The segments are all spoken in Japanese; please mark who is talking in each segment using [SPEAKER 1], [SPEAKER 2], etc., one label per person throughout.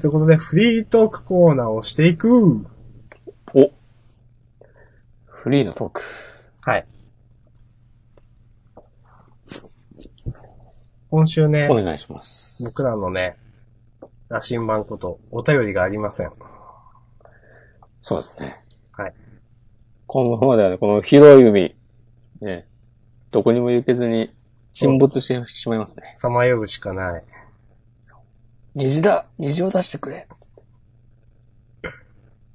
[SPEAKER 1] ということで、フリートークコーナーをしていく。
[SPEAKER 2] お。フリーのトーク。
[SPEAKER 1] はい。今週ね
[SPEAKER 2] お、願いします。
[SPEAKER 1] 僕らのね、羅針盤こと、お便りがありません。
[SPEAKER 2] そうですね。
[SPEAKER 1] はい。
[SPEAKER 2] このままではね、この広い海、ね、どこにも行けずに沈没してしまいますね。
[SPEAKER 1] さまようしかない。
[SPEAKER 2] 虹だ虹を出してくれ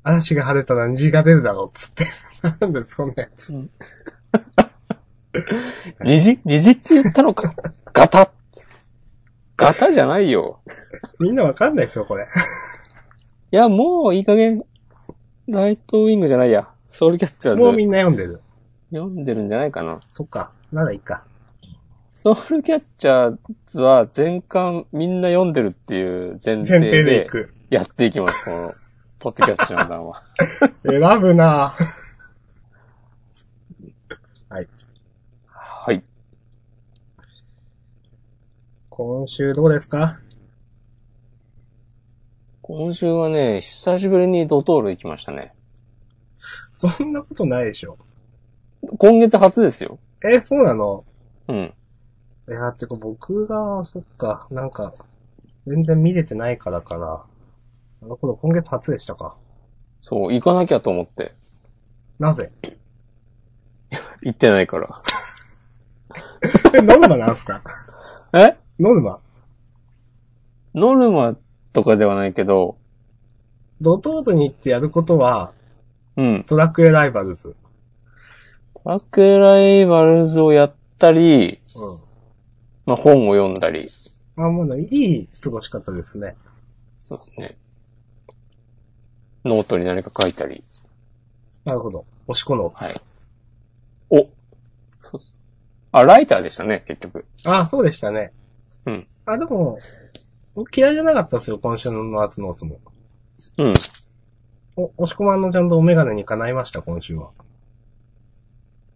[SPEAKER 1] 嵐が晴れたら虹が出るだろう、つって。なんでそんなやつ。
[SPEAKER 2] 虹虹って言った のかガタガタじゃないよ。
[SPEAKER 1] みんなわかんないですよ、これ。
[SPEAKER 2] いや、もういい加減、ライトウィングじゃないや。ソウルキャッチャー
[SPEAKER 1] もうみ
[SPEAKER 2] ズ
[SPEAKER 1] んな読んでる。
[SPEAKER 2] 読んでるんじゃないかな。
[SPEAKER 1] そっか。ならいいか。
[SPEAKER 2] ソウルキャッチャーズは全巻みんな読んでるっていう前
[SPEAKER 1] 前
[SPEAKER 2] 提
[SPEAKER 1] 提でい
[SPEAKER 2] で
[SPEAKER 1] く。
[SPEAKER 2] やっていきます、この、ポッドキャストの談 は。
[SPEAKER 1] 選ぶなぁ
[SPEAKER 2] はい。
[SPEAKER 1] 今週どうですか
[SPEAKER 2] 今週はね、久しぶりにドトール行きましたね。
[SPEAKER 1] そんなことないでしょ。
[SPEAKER 2] 今月初ですよ。
[SPEAKER 1] え、そうなの
[SPEAKER 2] うん。
[SPEAKER 1] いや、てか僕が、そっか、なんか、全然見れてないからから。なるほど、今月初でしたか。
[SPEAKER 2] そう、行かなきゃと思って。
[SPEAKER 1] な ぜ
[SPEAKER 2] 行ってないから。
[SPEAKER 1] え、ノルマなんすか
[SPEAKER 2] え
[SPEAKER 1] ノルマ
[SPEAKER 2] ノルマとかではないけど、
[SPEAKER 1] ドトールに行ってやることは、
[SPEAKER 2] うん。
[SPEAKER 1] ドラクエライバルズ。
[SPEAKER 2] ドラクエライバルズをやったり、
[SPEAKER 1] う
[SPEAKER 2] まあ、本を読んだり。
[SPEAKER 1] ん。あ、もうね、いい過ごし方ですね。
[SPEAKER 2] そうですね。ノートに何か書いたり。
[SPEAKER 1] なるほど。押し込の。
[SPEAKER 2] はい。おそうっすあ、ライターでしたね、結局。
[SPEAKER 1] あ、そうでしたね。
[SPEAKER 2] うん。
[SPEAKER 1] あ、でも、僕嫌いじゃなかったですよ、今週の夏のつも。
[SPEAKER 2] うん。
[SPEAKER 1] お、押し込まんのちゃんとお眼鏡に叶いました、今週は。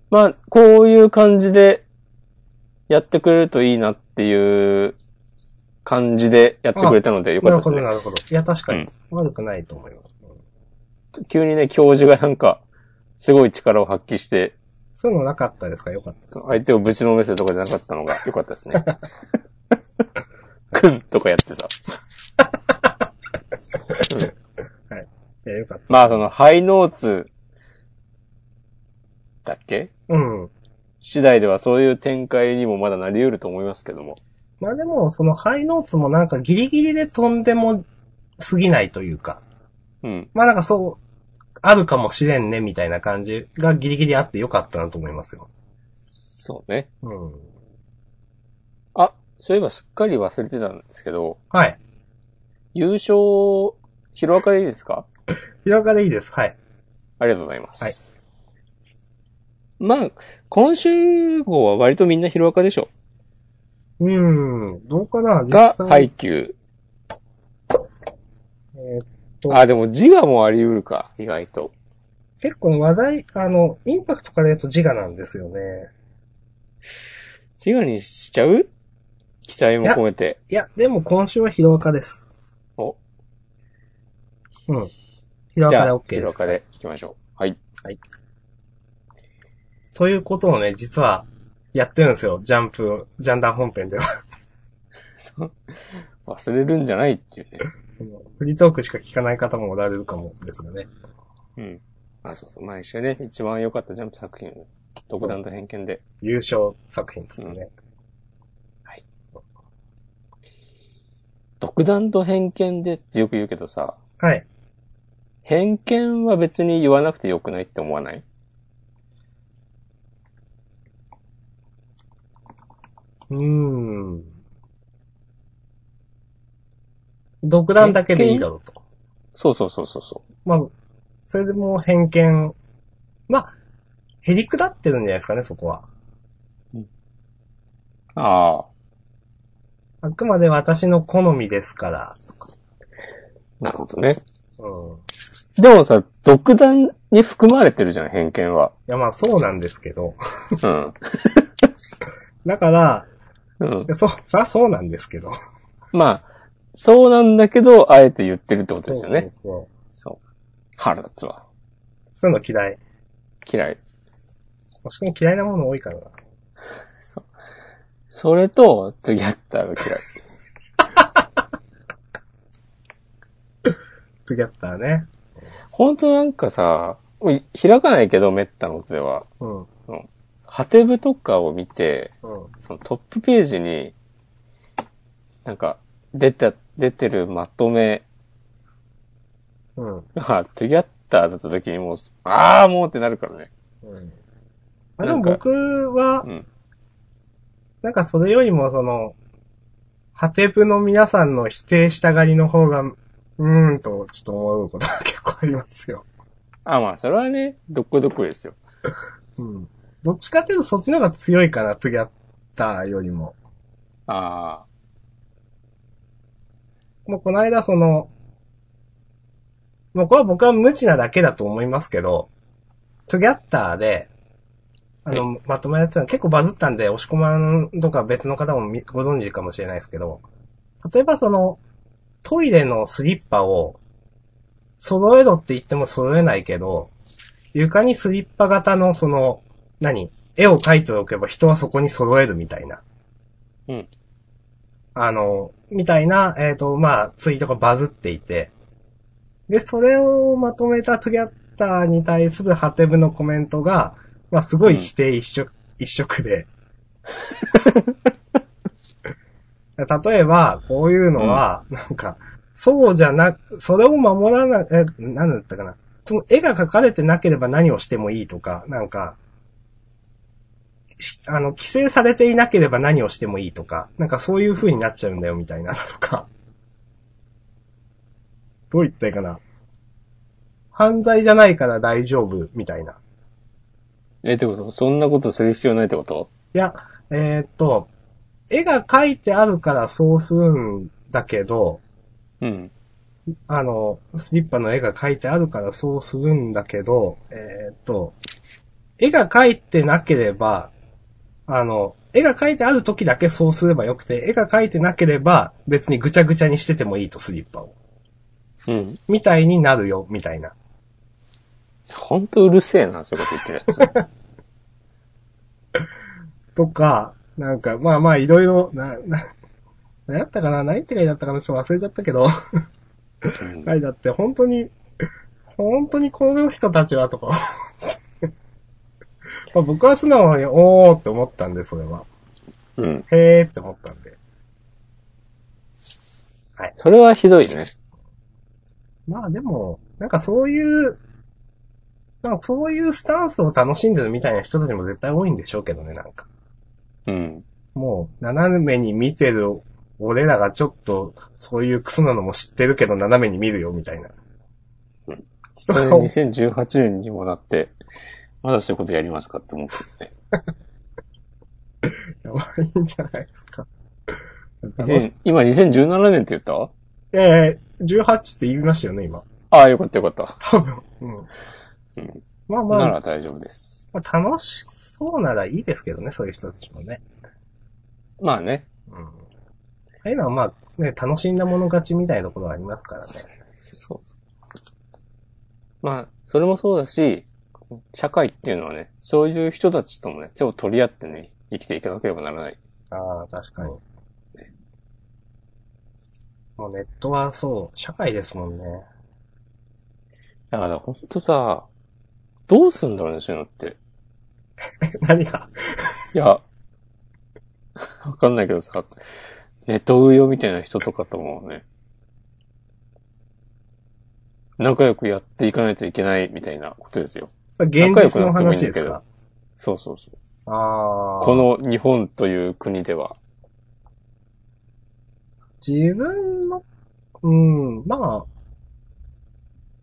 [SPEAKER 2] まあ、こういう感じでやってくれるといいなっていう感じでやってくれたのでよ
[SPEAKER 1] な
[SPEAKER 2] か
[SPEAKER 1] る
[SPEAKER 2] った
[SPEAKER 1] ほど、
[SPEAKER 2] ですね。
[SPEAKER 1] なるほど。いや、確かに。
[SPEAKER 2] うん
[SPEAKER 1] 悪くないと思います。
[SPEAKER 2] 急にね、教授がなんか、すごい力を発揮して、
[SPEAKER 1] そういうのなかったですかよかったです。
[SPEAKER 2] 相手をぶちのめせとかじゃなかったのがよかったで すね。くんとかやってさ。
[SPEAKER 1] いや、よかっ
[SPEAKER 2] まあ、その、ハイノーツ、だっけ
[SPEAKER 1] た。うん。
[SPEAKER 2] 次第ではそういう展開にもまだなり得ると思いますけども。
[SPEAKER 1] まあでも、そのハイノーツもなんかギリギリで飛んでも過ぎないというか。
[SPEAKER 2] うん。
[SPEAKER 1] まあなんかそう、あるかもしれんね、みたいな感じがギリギリあってよかったなと思いますよ。
[SPEAKER 2] そうね。
[SPEAKER 1] うん。
[SPEAKER 2] あ、そういえばすっかり忘れてたんですけど、
[SPEAKER 1] はい。
[SPEAKER 2] 優勝、ヒロアカでいいですか
[SPEAKER 1] 広がでいいです。はい。
[SPEAKER 2] ありがとうございます。
[SPEAKER 1] はい。
[SPEAKER 2] まあ、今週号は割とみんなヒロアカでしょ。
[SPEAKER 1] うーん。どうかな実
[SPEAKER 2] が、
[SPEAKER 1] 際。
[SPEAKER 2] 配給。
[SPEAKER 1] えーと
[SPEAKER 2] あ、でも字がもうあり得るか、意外と。
[SPEAKER 1] 結構話題、あの、インパクトから言うと自我なんですよね。
[SPEAKER 2] 字がにしちゃう期待も込めて。
[SPEAKER 1] いや、でも今週はヒロアカです。
[SPEAKER 2] お、
[SPEAKER 1] うん。ヒロア
[SPEAKER 2] じ
[SPEAKER 1] カ
[SPEAKER 2] ゃ
[SPEAKER 1] で
[SPEAKER 2] あ、
[SPEAKER 1] OK
[SPEAKER 2] ヒ
[SPEAKER 1] で
[SPEAKER 2] ロア
[SPEAKER 1] す
[SPEAKER 2] カ。でいきましょう。はい。
[SPEAKER 1] ということをね、実は、やってるんですよ。ジャンプ、ジャンダー本編では。
[SPEAKER 2] 忘れるんじゃないっていうね。
[SPEAKER 1] その、フリートークしか聞かない方もおられるかもですがね。
[SPEAKER 2] うん。あ、そうそう。毎週ね、一番良かったジャンプ作品、独断と偏見で。
[SPEAKER 1] 優勝作品ですね。
[SPEAKER 2] 独断と偏見でってよく言うけどさ、
[SPEAKER 1] はい。
[SPEAKER 2] 偏見は別に言わなくてよくないって思わない
[SPEAKER 1] うーん。独断だけでいいだろうと。
[SPEAKER 2] そうそうそうそうそう。
[SPEAKER 1] まあ、それでもう偏見。まあ、へりくだってるんじゃないですかね、そこは。
[SPEAKER 2] ああ。
[SPEAKER 1] あくまで私の好みですから。
[SPEAKER 2] なるほどね。
[SPEAKER 1] うん。い
[SPEAKER 2] でもさ、独断に含まれてるじゃん、偏見は。
[SPEAKER 1] や、まあそうなんですけど。
[SPEAKER 2] うん。
[SPEAKER 1] だから、
[SPEAKER 2] うん
[SPEAKER 1] い。やそう、さ、そうなんですけど。
[SPEAKER 2] まあ、そうなんだけど、あえて言ってるってことですよね。
[SPEAKER 1] そうそう
[SPEAKER 2] そう。腹立つわ。
[SPEAKER 1] そう。そういうの嫌い。
[SPEAKER 2] 嫌い。
[SPEAKER 1] 押し込み嫌いなもの多いからな。
[SPEAKER 2] そう。それと、トゥギャッタ ーが嫌い。
[SPEAKER 1] トゥギャッターね。
[SPEAKER 2] 本当なんかさ、もう開かないけど、めったのことでは。
[SPEAKER 1] うん。うん。
[SPEAKER 2] ハテブとかを見て、そのトップページに、なんか、出た、出てるまとめ
[SPEAKER 1] うん。
[SPEAKER 2] が、トゥギャッターだった時にもう、あーもうってなるからね。
[SPEAKER 1] うん。あ、で
[SPEAKER 2] な
[SPEAKER 1] も
[SPEAKER 2] んか
[SPEAKER 1] 僕は
[SPEAKER 2] う、ん。
[SPEAKER 1] なんかそれよりもその、ハテプの皆さんの否定したがりの方が、うーんと、ちょっと思うことが結構ありますよ。
[SPEAKER 2] あ、まあ、それはね、どっこどっこですよ。
[SPEAKER 1] うん。どっちかっていうとそっちの方が強いかな、トゥギャッターよりも。
[SPEAKER 2] あ
[SPEAKER 1] もうこの間その、もうこれは僕は無知なだけだと思いますけど、トゥギャッターで、あの、まとめやつは結構バズったんで、押し込まんとか別の方もみご存知かもしれないですけど、例えばその、トイレのスリッパを、揃えろって言っても揃えないけど、床にスリッパ型のその、何絵を描いておけば人はそこに揃えるみたいな。
[SPEAKER 2] うん。
[SPEAKER 1] あの、みたいな、えっ、と、まあ、ツイートがバズっていて。で、それをまとめたトゥギャッターに対するハテブのコメントが、まあ、すごい否定一色、一色で。例えば、こういうのは、なんか、そうじゃな、それを守らな、え、なんだったかな。その絵が描かれてなければ何をしてもいいとか、なんか、しあの、規制されていなければ何をしてもいいとか、なんかそういう風になっちゃうんだよみたいなの とか。どう言ったらいいかな。犯罪じゃないから大丈夫みたいな。
[SPEAKER 2] ー。え、ってことそんなことする必要ないってこと
[SPEAKER 1] いや、えーっと、絵が描いてあるからそうするんだけど、
[SPEAKER 2] うん。
[SPEAKER 1] あの、スリッパの絵が描いてあるからそうするんだけど、えーっと、絵が描いてなければ、あの、絵が描いてある時だけそうすればよくて、絵が描いてなければ別にぐちゃぐちゃにしててもいいと、スリッパを。
[SPEAKER 2] うん。
[SPEAKER 1] みたいになるよ、みたいな。
[SPEAKER 2] ほんとうるせえな、そういうこと言ってるやつ。
[SPEAKER 1] とか、なんか、まあまあ、いろいろ、な、な、何やったかな何て書いてあったかなちょっと忘れちゃったけど、
[SPEAKER 2] うん
[SPEAKER 1] はい、だって本当に、本当にこの人たちはとか。 まあ僕は素直に、おーって思ったんで、それは。
[SPEAKER 2] うん。
[SPEAKER 1] へーって思ったんで。
[SPEAKER 2] それはひどいね。
[SPEAKER 1] まあでも、なんかそういう、なんかそういうスタンスを楽しんでるみたいな人たちも絶対多いんでしょうけどね、なんか。
[SPEAKER 2] うん。
[SPEAKER 1] もう、斜めに見てる俺らがちょっと、そういうクソなのも知ってるけど、斜めに見るよ、みたいな。人
[SPEAKER 2] それ
[SPEAKER 1] が多い
[SPEAKER 2] 2018年にもなって、まだそういうことやりますかって思ってるね。
[SPEAKER 1] やばいんじゃないですか。楽しい
[SPEAKER 2] 2000今2017年って言った
[SPEAKER 1] ええ18って言いましたよね、今。
[SPEAKER 2] ああ、よかったよかった。
[SPEAKER 1] 多分。うん。
[SPEAKER 2] うん。
[SPEAKER 1] まあま
[SPEAKER 2] な
[SPEAKER 1] あ、
[SPEAKER 2] ら大丈夫です。
[SPEAKER 1] まあ楽しそうならいいですけどね、そういう人たちもね。
[SPEAKER 2] まあね。
[SPEAKER 1] うん。ああいうのはまあ、ね、楽しんだもの勝ちみたいなところはありますからね。
[SPEAKER 2] そう。まあ、それもそうだし、社会っていうのはね、そういう人たちともね、手を取り合ってね、生きていかなければならない。
[SPEAKER 1] ああ、確かに。もうネットはそう、社会ですもんね。
[SPEAKER 2] だからほんとさ、どうすんだろうね、そういうのって。
[SPEAKER 1] 何が
[SPEAKER 2] いや、わかんないけどさ、ネトウヨみたいな人とかともね、仲良くやっていかないといけないみたいなことですよ。
[SPEAKER 1] それ現実の話ですか
[SPEAKER 2] そうそうそう。
[SPEAKER 1] ああ。
[SPEAKER 2] この日本という国では。
[SPEAKER 1] 自分の、うん、まあ、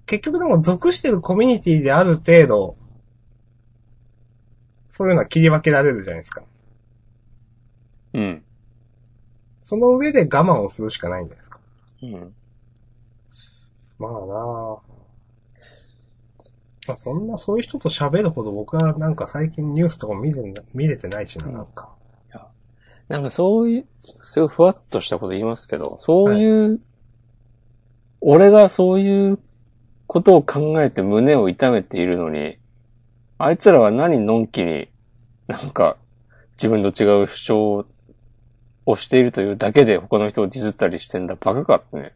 [SPEAKER 1] 結局でも属してるコミュニティである程度、そういうのは切り分けられるじゃないですか。
[SPEAKER 2] うん。
[SPEAKER 1] その上で我慢をするしかないんじゃないですか。
[SPEAKER 2] うん。
[SPEAKER 1] まあなあまあそんな、そういう人と喋るほど僕はなんか最近ニュースとかも見れな見れてないしな、なんか。
[SPEAKER 2] なんかそういう、すごいふわっとしたこと言いますけど、そういう、俺がそういうことを考えて胸を痛めているのに、あいつらは何のんきになんか自分と違う主張をしているというだけで他の人をディズったりしてんだ、バカかってね、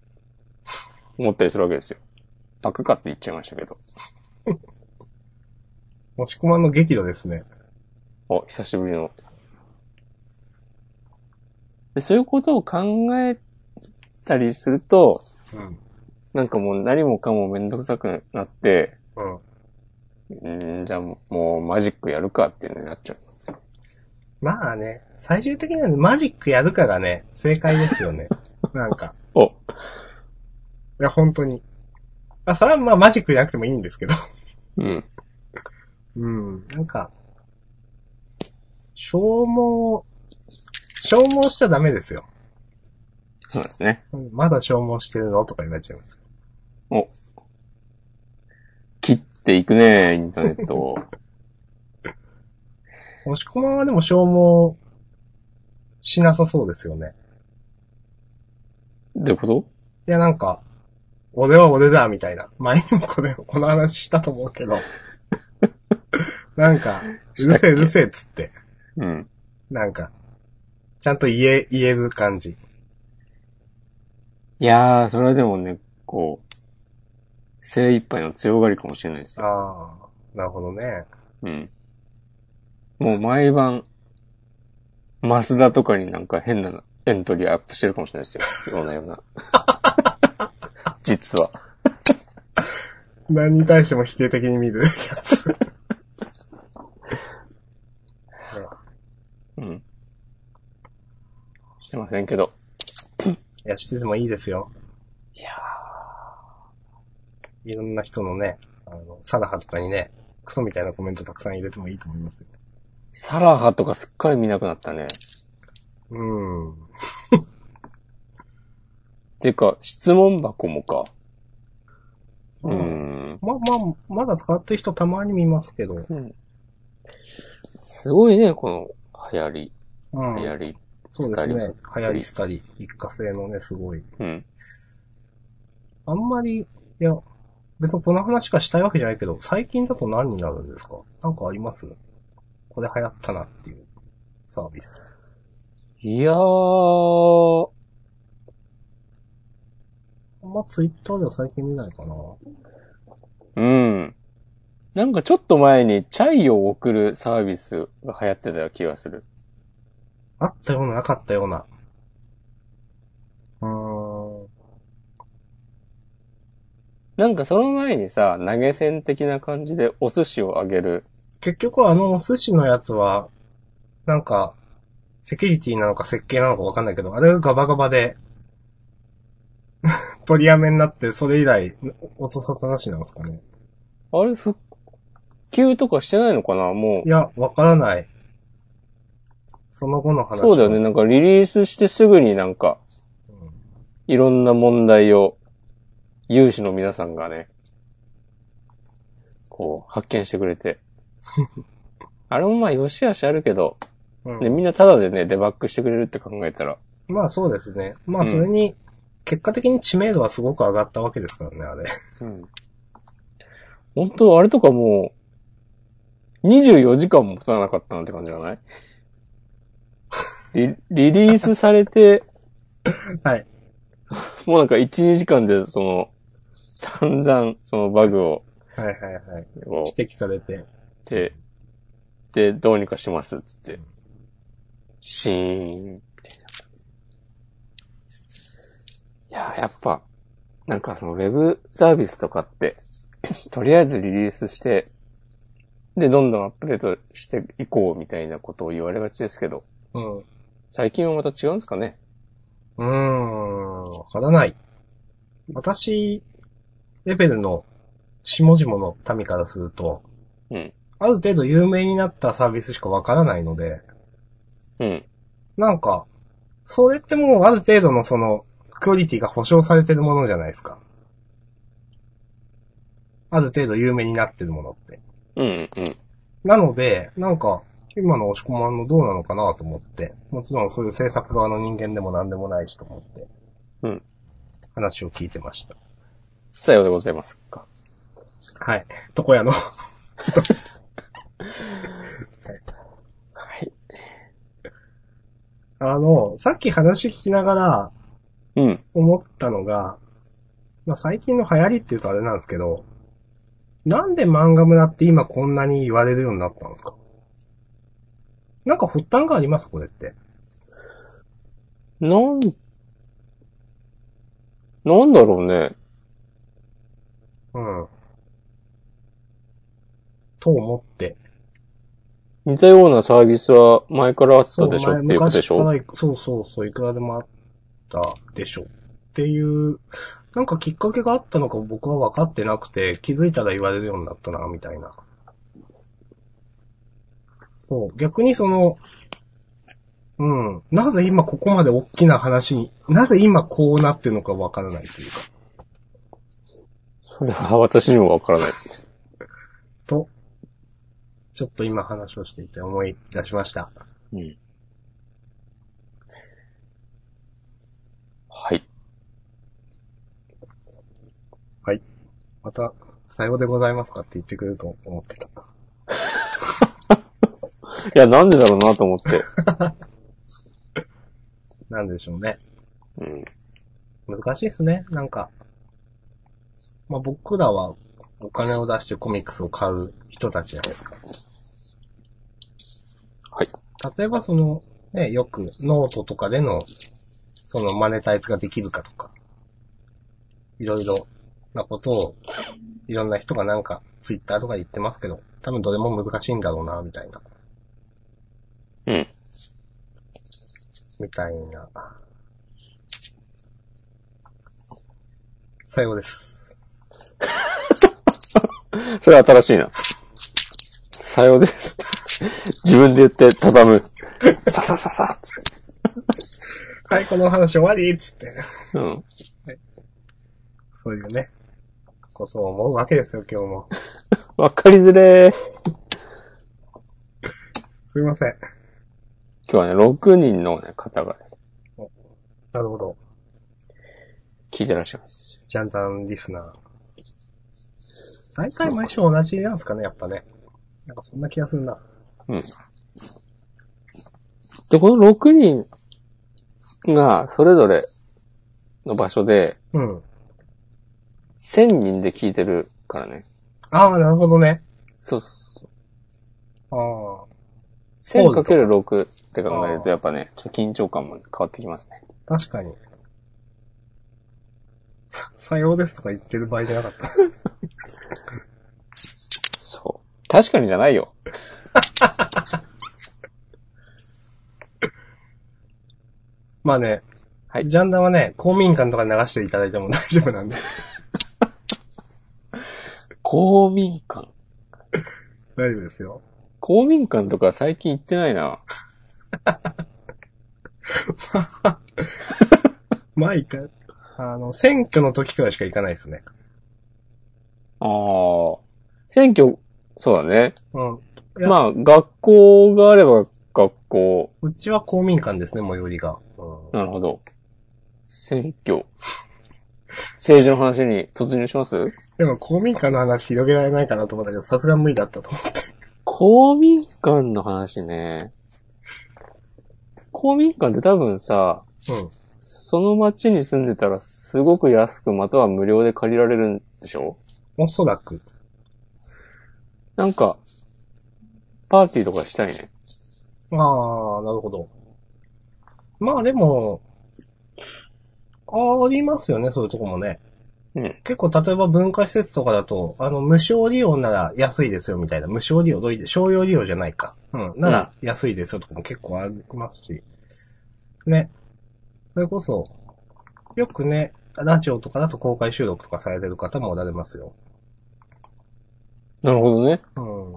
[SPEAKER 2] 思ったりするわけですよ。バカかって言っちゃいましたけど。
[SPEAKER 1] 持ち込まんの激怒ですね。
[SPEAKER 2] お、久しぶりの。で、そういうことを考えたりすると、
[SPEAKER 1] うん。
[SPEAKER 2] なんかもう何もかもめんどくさくなって、
[SPEAKER 1] うん。
[SPEAKER 2] んーじゃあもうマジックやるかっていうのになっちゃうんですよ。
[SPEAKER 1] まあね、最終的にはねマジックやるかがね、正解ですよね。なんか。
[SPEAKER 2] お、
[SPEAKER 1] いや、本当に。あ、それはまあマジックじゃなくてもいいんですけど。
[SPEAKER 2] うん。
[SPEAKER 1] うん。なんか、消耗、消耗しちゃダメですよ。
[SPEAKER 2] そうですね。
[SPEAKER 1] うんまだ消耗してるぞとかになっちゃいます。
[SPEAKER 2] 切っていくね、インターネットを。
[SPEAKER 1] 押し込まんはでも消耗しなさそうですよね。
[SPEAKER 2] どういうこと
[SPEAKER 1] いや、なんか、俺は俺だ、みたいな。前にもこれ、この話したと思う けど。なんか、うるせえうるせえっつって。
[SPEAKER 2] うん。
[SPEAKER 1] なんか、ちゃんと言え、言える感じ。
[SPEAKER 2] いやー、それはでもね、こう、精一杯の強がりかもしれないですよ。
[SPEAKER 1] ああ、なるほどね。
[SPEAKER 2] うん。もう毎晩、マスダとかになんか変なエントリーアップしてるかもしれないですよ。ようなような。実は。
[SPEAKER 1] 何に対しても否定的に見るや つ。
[SPEAKER 2] うん。してませんけど。
[SPEAKER 1] いや、しててもいいですよ。
[SPEAKER 2] いや
[SPEAKER 1] いろんな人のね、あの、サダハとかにね、クソみたいなコメントたくさん入れてもいいと思いますよ。
[SPEAKER 2] サラハとかすっかり見なくなったね。
[SPEAKER 1] うん。
[SPEAKER 2] ていうか、質問箱もか。う。
[SPEAKER 1] うんまあまあ、まだ使ってる人たまに見ますけど。
[SPEAKER 2] うんすごいね、この流行り、
[SPEAKER 1] う
[SPEAKER 2] 流行
[SPEAKER 1] ん。
[SPEAKER 2] り。
[SPEAKER 1] そうですね。
[SPEAKER 2] スタ
[SPEAKER 1] 流
[SPEAKER 2] イル
[SPEAKER 1] 行りしたり、一過性のね、すごい。
[SPEAKER 2] うん。
[SPEAKER 1] あんまり、いや、別にこの話がしたいわけじゃないけど、最近だと何になるんですかなんかありますこれ流行ったなっていうサービス。
[SPEAKER 2] いやー、
[SPEAKER 1] あんまツイッターでは最近見ないかな。
[SPEAKER 2] うん。なんかちょっと前にチャイを送るサービスが流行ってた気がする。
[SPEAKER 1] あったような、なかったような。うーん。
[SPEAKER 2] なんかその前にさ、投げ銭的な感じでお寿司をあげる。
[SPEAKER 1] 結局あのお寿司のやつは、なんか、セキュリティなのか設計なのかわかんないけど、あれがガバガバで、 取りやめになって、それ以来、音沙汰なしなんですかね。
[SPEAKER 2] あれ、復旧とかしてないのかなもう
[SPEAKER 1] い。や、わからない。その後の話。
[SPEAKER 2] そうだよね。。なんかリリースしてすぐになんか、いろんな問題を、有志の皆さんがね、こう、発見してくれ て。あれもまあ、よしあしあるけど、
[SPEAKER 1] うん。
[SPEAKER 2] ね、みんなタダでね、デバッグしてくれるって考えたら、
[SPEAKER 1] まあそうですね。まあ
[SPEAKER 2] うん
[SPEAKER 1] それに、結果的に知名度はすごく上がったわけですからね、あれ。
[SPEAKER 2] 本当あれとかもう、24時間も経たなかったなんて感じじゃないリリリースされて、
[SPEAKER 1] はい。
[SPEAKER 2] もうなんか1、2時間で、その、散々、そのバグを、
[SPEAKER 1] はいはいはい。
[SPEAKER 2] こう
[SPEAKER 1] 指摘されて。
[SPEAKER 2] で、で、どうにかしますっつって。シーン、みたいな。いやー、やっぱ、なんかそのウェブサービスとかって、 とりあえずリリースして、で、どんどんアップデートしていこうみたいなことを言われがちですけど、
[SPEAKER 1] うん。
[SPEAKER 2] 最近はまた違うんですかね
[SPEAKER 1] うーん、わからない。私、レベルの下々の民からすると、
[SPEAKER 2] うん。
[SPEAKER 1] ある程度有名になったサービスしかわからないので、
[SPEAKER 2] うん。
[SPEAKER 1] なんか、それってもうある程度のその、クオリティが保証されてるものじゃないですか。ある程度有名になってるものって。
[SPEAKER 2] うん、うん。
[SPEAKER 1] なので、なんか、今の押し込まんのどうなのかなと思って、もちろんそういう制作側の人間でも何でもないしと思って、
[SPEAKER 2] うん。
[SPEAKER 1] 話を聞いてました。
[SPEAKER 2] さようでございますか。
[SPEAKER 1] はい。床屋の人。
[SPEAKER 2] はい。
[SPEAKER 1] あの、さっき話聞きながら
[SPEAKER 2] うん。
[SPEAKER 1] 思ったのが、まあ最近の流行りっていうとあれなんですけど、なんで漫画村って今こんなに言われるようになったんですかなんか発端がありますこれって。
[SPEAKER 2] なん、なんだろうね。
[SPEAKER 1] うん。と思って。
[SPEAKER 2] 似たようなサービスは前からあったでしょ
[SPEAKER 1] 前
[SPEAKER 2] っていうことでしょ
[SPEAKER 1] 昔からそうそうそう、いくらでもあったでしょっていう、なんかきっかけがあったのか僕は分かってなくて、気づいたら言われるようになったな、みたいな。そう、逆にその、うん、なぜ今ここまで大きな話に、なぜ今こうなってるのか分からないというか、
[SPEAKER 2] それは私にもわからないですね。
[SPEAKER 1] と、ちょっと今話をしていて思い出しました。
[SPEAKER 2] うん。はい。
[SPEAKER 1] また、さようでございますかって言ってくれると思ってた。
[SPEAKER 2] いや、なんでだろうなと思って。
[SPEAKER 1] なんでしょうね。
[SPEAKER 2] うん。
[SPEAKER 1] 難しいですね、なんか。まあ、僕らはお金を出してコミックスを買う人たちじゃないですか。
[SPEAKER 2] はい。
[SPEAKER 1] 例えばその、ね、よくノートとかでの、そのマネタイズができるかとか、いろいろなことを、いろんな人がなんか、ツイッターとかで言ってますけど、多分どれも難しいんだろうな、みたいな。
[SPEAKER 2] うん。
[SPEAKER 1] みたいな。さようです。
[SPEAKER 2] それ新しいな。さようです。 自分で言って畳む。ささささつっ
[SPEAKER 1] はい、この話終わりっつって。
[SPEAKER 2] てうん。
[SPEAKER 1] そういうね、ことを思うわけですよ、今日も。
[SPEAKER 2] わかりづれー。
[SPEAKER 1] すいません。
[SPEAKER 2] 今日はね、6人の、ね、方がね、
[SPEAKER 1] なるほど。
[SPEAKER 2] 聞いてらっしゃいます。
[SPEAKER 1] ジャンダンリスナー。大体毎週同じなんですかね、やっぱね。なんかそんな気がするな。
[SPEAKER 2] うん。で、この6人が、それぞれの場所で、
[SPEAKER 1] うん。
[SPEAKER 2] 1000人で聞いてるからね。
[SPEAKER 1] ああ、なるほどね。
[SPEAKER 2] そうそうそう
[SPEAKER 1] あ
[SPEAKER 2] そう。
[SPEAKER 1] あ。ホールとか
[SPEAKER 2] 1000×6 って考える
[SPEAKER 1] あ
[SPEAKER 2] と、
[SPEAKER 1] ー
[SPEAKER 2] やっぱね、ちょっと緊張感も変わってきますね。
[SPEAKER 1] 確かに。さようですとか言ってる場合じゃなかった。
[SPEAKER 2] そう。確かにじゃないよ。
[SPEAKER 1] まあね。
[SPEAKER 2] はい
[SPEAKER 1] ジャンダンはね、公民館とかに流していただいても大 丈夫なんで。
[SPEAKER 2] 公民館。
[SPEAKER 1] 大丈夫ですよ。
[SPEAKER 2] 公民館とか最近行ってないな。
[SPEAKER 1] まあ、いか、あの、選挙の時からしか行かないですね。
[SPEAKER 2] ああ。選挙、そうだね。
[SPEAKER 1] うん。いや
[SPEAKER 2] まあ、学校があれば学校。
[SPEAKER 1] うちは公民館ですね、最寄りが。うん
[SPEAKER 2] なるほど。選挙。政治の話に突入します
[SPEAKER 1] でも公民館の話広げられないかなと思ったけど、さすが無理だったと思って。
[SPEAKER 2] 公民館の話ね。公民館って多分さ、
[SPEAKER 1] うん。
[SPEAKER 2] その町に住んでたらすごく安くまたは無料で借りられるんでしょ
[SPEAKER 1] おそらく。
[SPEAKER 2] なんか、パーティーとかしたいね。
[SPEAKER 1] ああ、なるほど。まあでも、ありますよね、そういうとこもね。
[SPEAKER 2] うん。
[SPEAKER 1] 結構、例えば文化施設とかだと、あの、無償利用なら安いですよ、みたいな。無償利用、どうい商用利用じゃないか。うん。なら安いですよとかも結構ありますし。ね。それこそ、よくね、ラジオとかだと公開収録とかされてる方もおられますよ。
[SPEAKER 2] なるほどね。
[SPEAKER 1] うん。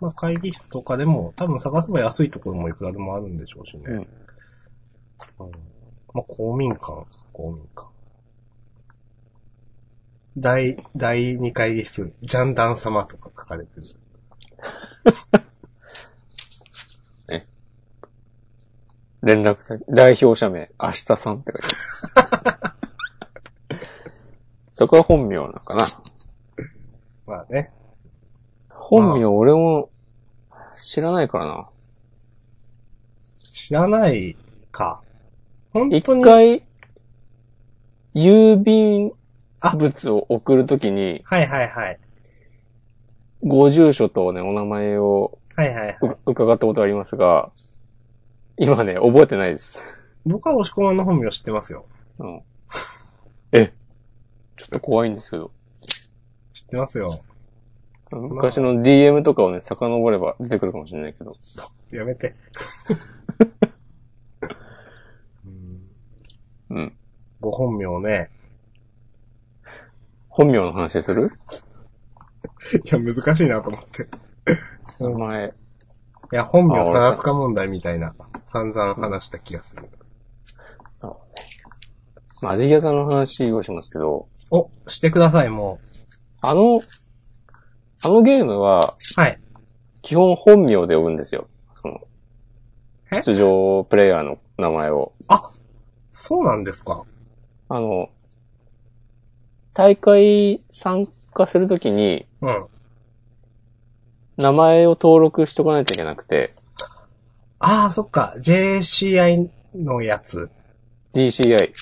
[SPEAKER 1] まあ、会議室とかでも、多分探せば安いところもいくらでもあるんでしょうしね。
[SPEAKER 2] うん
[SPEAKER 1] うんまあ、公民館、公民館。第、第2会議室、ジャンダン様とか書かれてる。
[SPEAKER 2] 連絡先、代表者名、明日さんって書いて ある。そこは本名なのかな。
[SPEAKER 1] まあね。
[SPEAKER 2] 本名俺も知らないからな。
[SPEAKER 1] 知らないか。本当
[SPEAKER 2] 一
[SPEAKER 1] に。
[SPEAKER 2] 回、郵便物を送るときに、
[SPEAKER 1] はいはいはい。
[SPEAKER 2] ご住所とね、お名前を
[SPEAKER 1] はいはいはい。
[SPEAKER 2] う伺ったことありますが、今ね、覚えてないです。
[SPEAKER 1] 僕は押し込まんの本名知ってますよ。
[SPEAKER 2] うん。え、ちょっと怖いんですけど。
[SPEAKER 1] 知ってますよ。
[SPEAKER 2] 昔の DM とかをね、遡れば出てくるかもしれないけど。
[SPEAKER 1] やめ て。うん
[SPEAKER 2] うん。
[SPEAKER 1] ご本名ね。
[SPEAKER 2] 本名の話する
[SPEAKER 1] いや、難しいなと思って。
[SPEAKER 2] 名
[SPEAKER 1] うん
[SPEAKER 2] 前。
[SPEAKER 1] いや、本名探すか問題みたいな、散々話した気がする。
[SPEAKER 2] マジギャさんの話をしますけど、
[SPEAKER 1] お、してください、も
[SPEAKER 2] あの、あのゲームは、
[SPEAKER 1] う。はい。
[SPEAKER 2] 基本本名で呼ぶんですよ。その、
[SPEAKER 1] え
[SPEAKER 2] 出場プレイヤーの名前を。
[SPEAKER 1] そうなんですか
[SPEAKER 2] あの、大会参加するときに、
[SPEAKER 1] うん。
[SPEAKER 2] 名前を登録しとかないといけなくて、
[SPEAKER 1] ああ、そっか。JCI のやつ。
[SPEAKER 2] DCI、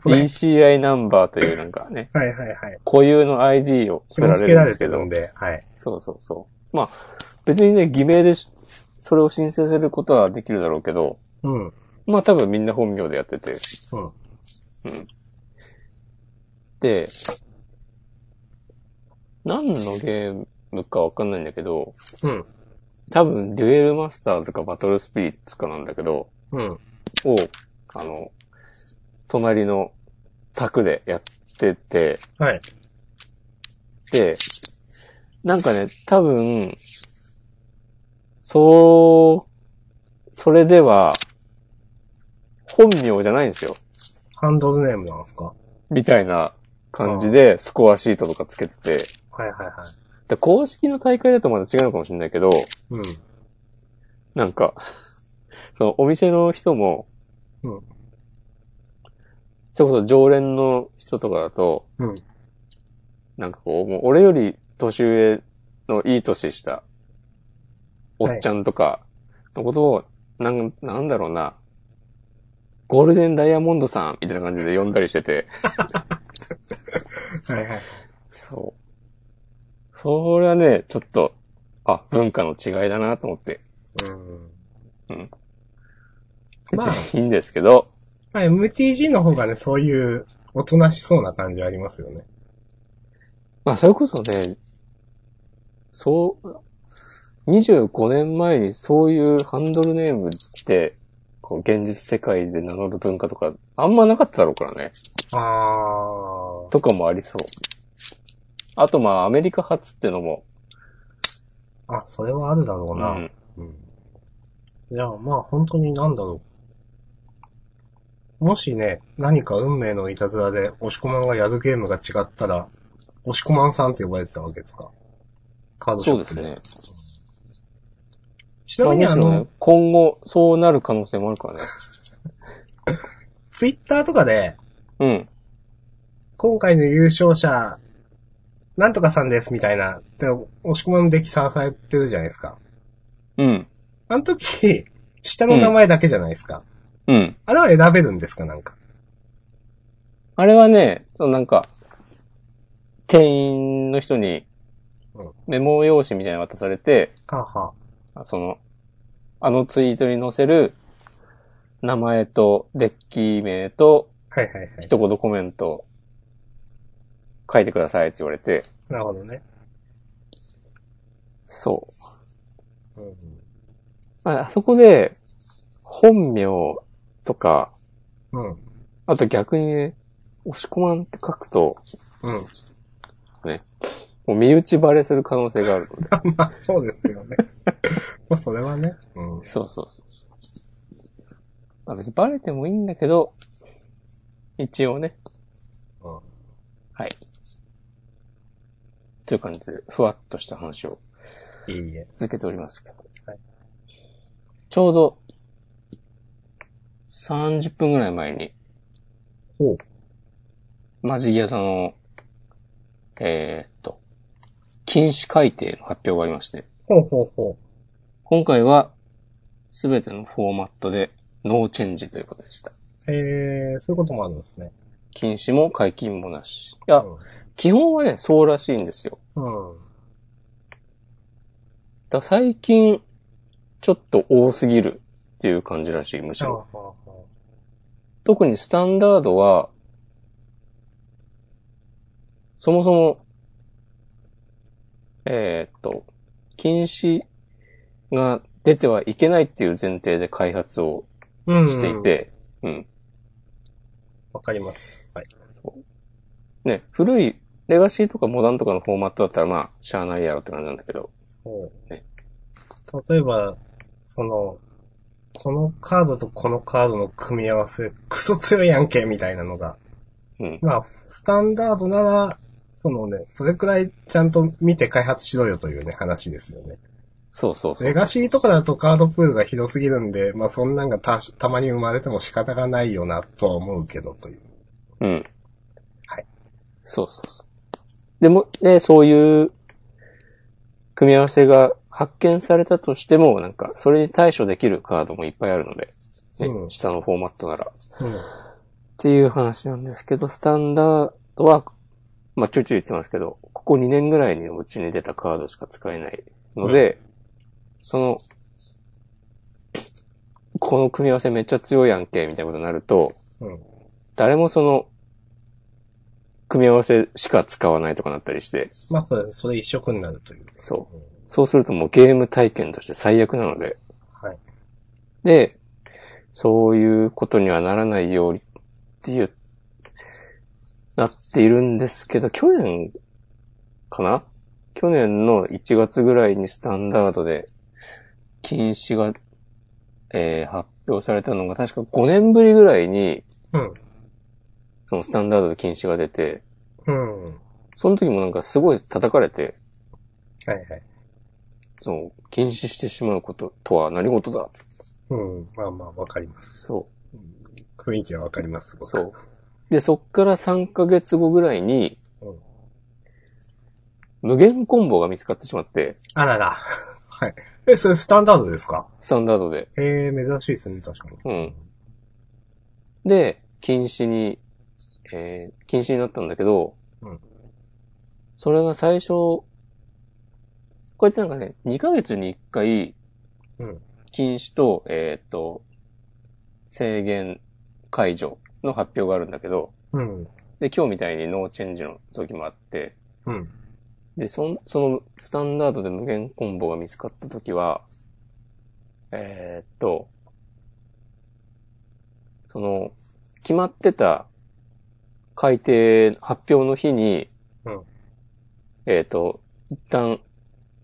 [SPEAKER 1] それ
[SPEAKER 2] DCI ナンバーというなんかね、
[SPEAKER 1] はいはいはい。
[SPEAKER 2] 固有の ID を付け
[SPEAKER 1] 紐
[SPEAKER 2] ら
[SPEAKER 1] 付
[SPEAKER 2] れ
[SPEAKER 1] け
[SPEAKER 2] る
[SPEAKER 1] ら
[SPEAKER 2] んで
[SPEAKER 1] れ
[SPEAKER 2] す
[SPEAKER 1] て
[SPEAKER 2] け
[SPEAKER 1] る
[SPEAKER 2] ど
[SPEAKER 1] ん、で、はい。
[SPEAKER 2] そうそうそう。まあ、別にね、偽名でしそれを申請することはできるだろうけど、
[SPEAKER 1] うん。うん。
[SPEAKER 2] まあ多分みんな本名でやってて、で、何のゲームかわかんないんだけど、
[SPEAKER 1] うん。
[SPEAKER 2] 多分デュエルマスターズかバトルスピリッツかなんだけど、
[SPEAKER 1] うん。
[SPEAKER 2] を、あの、隣の宅でやってて、
[SPEAKER 1] はい。
[SPEAKER 2] で、なんかね、多分、そう、それでは、本名じゃないんですよ。
[SPEAKER 1] ハンドルネームなんですか
[SPEAKER 2] みたいな感じで、スコアシートとかつけてて、
[SPEAKER 1] はいはいはい。
[SPEAKER 2] で公式の大会だとまだ違うのかもしれないけど、
[SPEAKER 1] うん。
[SPEAKER 2] なんか、そのお店の人も、
[SPEAKER 1] うん
[SPEAKER 2] それこそ常連の人とかだと、
[SPEAKER 1] うん
[SPEAKER 2] なんかこう、もう俺より年上のいい年した、おっちゃんとかのことを、なん、なんだろうな、ゴールデンダイヤモンドさんみたいな感じで呼んだりしてて、
[SPEAKER 1] はいはい。
[SPEAKER 2] そう。それはね、ちょっと、あ、文化の違いだなと思って、
[SPEAKER 1] うん。
[SPEAKER 2] 別
[SPEAKER 1] まあ
[SPEAKER 2] にいいんですけど、
[SPEAKER 1] まあ、MTG の方がね、そういう、おとなしそうな感じはありますよね。
[SPEAKER 2] まあ、それこそね、そう、25年前にそういうハンドルネームって、こう、現実世界で名乗る文化とか、あんまなかっただろうからね。
[SPEAKER 1] ああ。
[SPEAKER 2] とかもありそう。あと、まあ、アメリカ発ってのも、
[SPEAKER 1] あ、それはあるだろう
[SPEAKER 2] う
[SPEAKER 1] な。
[SPEAKER 2] ん、
[SPEAKER 1] うん。じゃあ、まあ、本当になんだろう。もしね、何か運命のいたずらで、押し込まんがやるゲームが違ったら、押し込まんさんって呼ばれてたわけですかカードショ
[SPEAKER 2] そ
[SPEAKER 1] ッ
[SPEAKER 2] う
[SPEAKER 1] プ
[SPEAKER 2] ですね。
[SPEAKER 1] ちな
[SPEAKER 2] まあ
[SPEAKER 1] みに
[SPEAKER 2] む
[SPEAKER 1] あ
[SPEAKER 2] しろね
[SPEAKER 1] の、、
[SPEAKER 2] 今後、そうなる可能性もあるからね。
[SPEAKER 1] ツイッターとかで、
[SPEAKER 2] うん。
[SPEAKER 1] 今回の優勝者、なんとかさんですみたいな、で押し込まんのデッキさらされてるじゃないですか。
[SPEAKER 2] うん。
[SPEAKER 1] あの時、下の名前だけじゃないですか。
[SPEAKER 2] うん。
[SPEAKER 1] あれは選べるんですかなんか。
[SPEAKER 2] あれはね、そのなんか、店員の人に
[SPEAKER 1] うん、
[SPEAKER 2] メモ用紙みたいなの渡されて、
[SPEAKER 1] はあ、は
[SPEAKER 2] その、あのツイートに載せる、名前と、デッキ名と、
[SPEAKER 1] あ、はいはいはい。
[SPEAKER 2] 一言コメント、書いてくださいって言われて、
[SPEAKER 1] なるほどね。
[SPEAKER 2] そ
[SPEAKER 1] うん
[SPEAKER 2] う。まあ、あそこで、本名とか、
[SPEAKER 1] うん。
[SPEAKER 2] あと逆にね、押し込まんって書くと、
[SPEAKER 1] うん。うん。
[SPEAKER 2] もう身内バレする可能性があるので。
[SPEAKER 1] まあ、そうですよね。 まあ、それはね。うん。
[SPEAKER 2] そうそうそうそう。まあ別にバレてもいいんだけど、一応ね。
[SPEAKER 1] うん
[SPEAKER 2] はい。という感じで、ふわっとした話を
[SPEAKER 1] いいえ。
[SPEAKER 2] 続けておりますけど。
[SPEAKER 1] はい
[SPEAKER 2] ちょうど、 30分ぐらい前に、
[SPEAKER 1] ほう。
[SPEAKER 2] マジギアさんの、えーっと、禁止改定の発表がありまして、
[SPEAKER 1] ほうほうほ
[SPEAKER 2] 今回は、すべてのフォーマットでノーチェンジということでした。
[SPEAKER 1] う。えー、そういうこともあるんですね。
[SPEAKER 2] 禁止も解禁もなし。いや、
[SPEAKER 1] うん
[SPEAKER 2] 基本はね、そうらしいんですよ。
[SPEAKER 1] うん。
[SPEAKER 2] だから最近、ちょっと多すぎるっていう感じらしい、むしろ。特にスタンダードは、そもそも、えーっと、禁止が出てはいけないっていう前提で開発を
[SPEAKER 1] うん。
[SPEAKER 2] してい。て、うん。
[SPEAKER 1] わかります。はい。
[SPEAKER 2] ね、古いレガシーとかモダンとかのフォーマットだったらまあ、しゃあないやろって感じなんだけど、
[SPEAKER 1] そう
[SPEAKER 2] ね。
[SPEAKER 1] 例えば、その、このカードとこのカードの組み合わせ、クソ強いやんけ、みたいなのが。
[SPEAKER 2] うん。
[SPEAKER 1] まあ、スタンダードなら、そのね、それくらいちゃんと見て開発しろよというね、話ですよね。
[SPEAKER 2] そうそうそう。
[SPEAKER 1] レガシーとかだとカードプールがひどすぎるんで、まあそんなんがた、たまに生まれても仕方がないよな、とは思うけど、という。
[SPEAKER 2] うん。
[SPEAKER 1] はい。
[SPEAKER 2] そうそうそう。でも、ね、そういう組み合わせが発見されたとしても、なんか、それに対処できるカードもいっぱいあるので、ね
[SPEAKER 1] うん
[SPEAKER 2] 下のフォーマットなら。っ
[SPEAKER 1] うん。
[SPEAKER 2] ていう話なんですけど、スタンダードは、まあ、ちょいちょい言ってますけど、ここ2年ぐらいのうちに出たカードしか使えないので、その、この組み合わせめっちゃ強いやんけ、みたいなことになると、
[SPEAKER 1] うん。
[SPEAKER 2] 誰もその、組み合わせしか使わないとかなったりして、
[SPEAKER 1] まあそれ、それ一色になるという。
[SPEAKER 2] そうう。
[SPEAKER 1] ん
[SPEAKER 2] そうするともうゲーム体験として最悪なので、
[SPEAKER 1] はい。
[SPEAKER 2] で、そういうことにはならないようにっていう、なっているんですけど、去年かな去年の1月ぐらいにスタンダードで禁止が、えー発表されたのが確か5年ぶりぐらいに、
[SPEAKER 1] うん。
[SPEAKER 2] そのスタンダードで禁止が出て、
[SPEAKER 1] うん。は
[SPEAKER 2] その時もなんかすごい叩かれて、
[SPEAKER 1] いはい。
[SPEAKER 2] そう、禁止してしまうこととは何事だっつって
[SPEAKER 1] うん。まあまあ、わかります。
[SPEAKER 2] そ
[SPEAKER 1] 雰囲気はわかります、す
[SPEAKER 2] う、
[SPEAKER 1] ごく
[SPEAKER 2] そう。で、そっから3ヶ月後ぐらいに、
[SPEAKER 1] うん
[SPEAKER 2] 無限コンボが見つかってしまって、
[SPEAKER 1] あら ら。はい。え、それスタンダードですか
[SPEAKER 2] スタンダードで。
[SPEAKER 1] えー、珍しいですね、確かに。
[SPEAKER 2] うん。で、禁止に、えー禁止になったんだけど、
[SPEAKER 1] うん
[SPEAKER 2] それが最初、こうやってなんかね、2ヶ月に1回
[SPEAKER 1] うん、
[SPEAKER 2] 禁止と、えーっと、制限解除の発表があるんだけど、
[SPEAKER 1] うん。
[SPEAKER 2] で、今日みたいにノーチェンジの時もあって、
[SPEAKER 1] うん。
[SPEAKER 2] で、そんその、スタンダードで無限コンボが見つかったときは、えーっと、その、決まってた改定発表の日に、
[SPEAKER 1] うん
[SPEAKER 2] えーっと、一旦、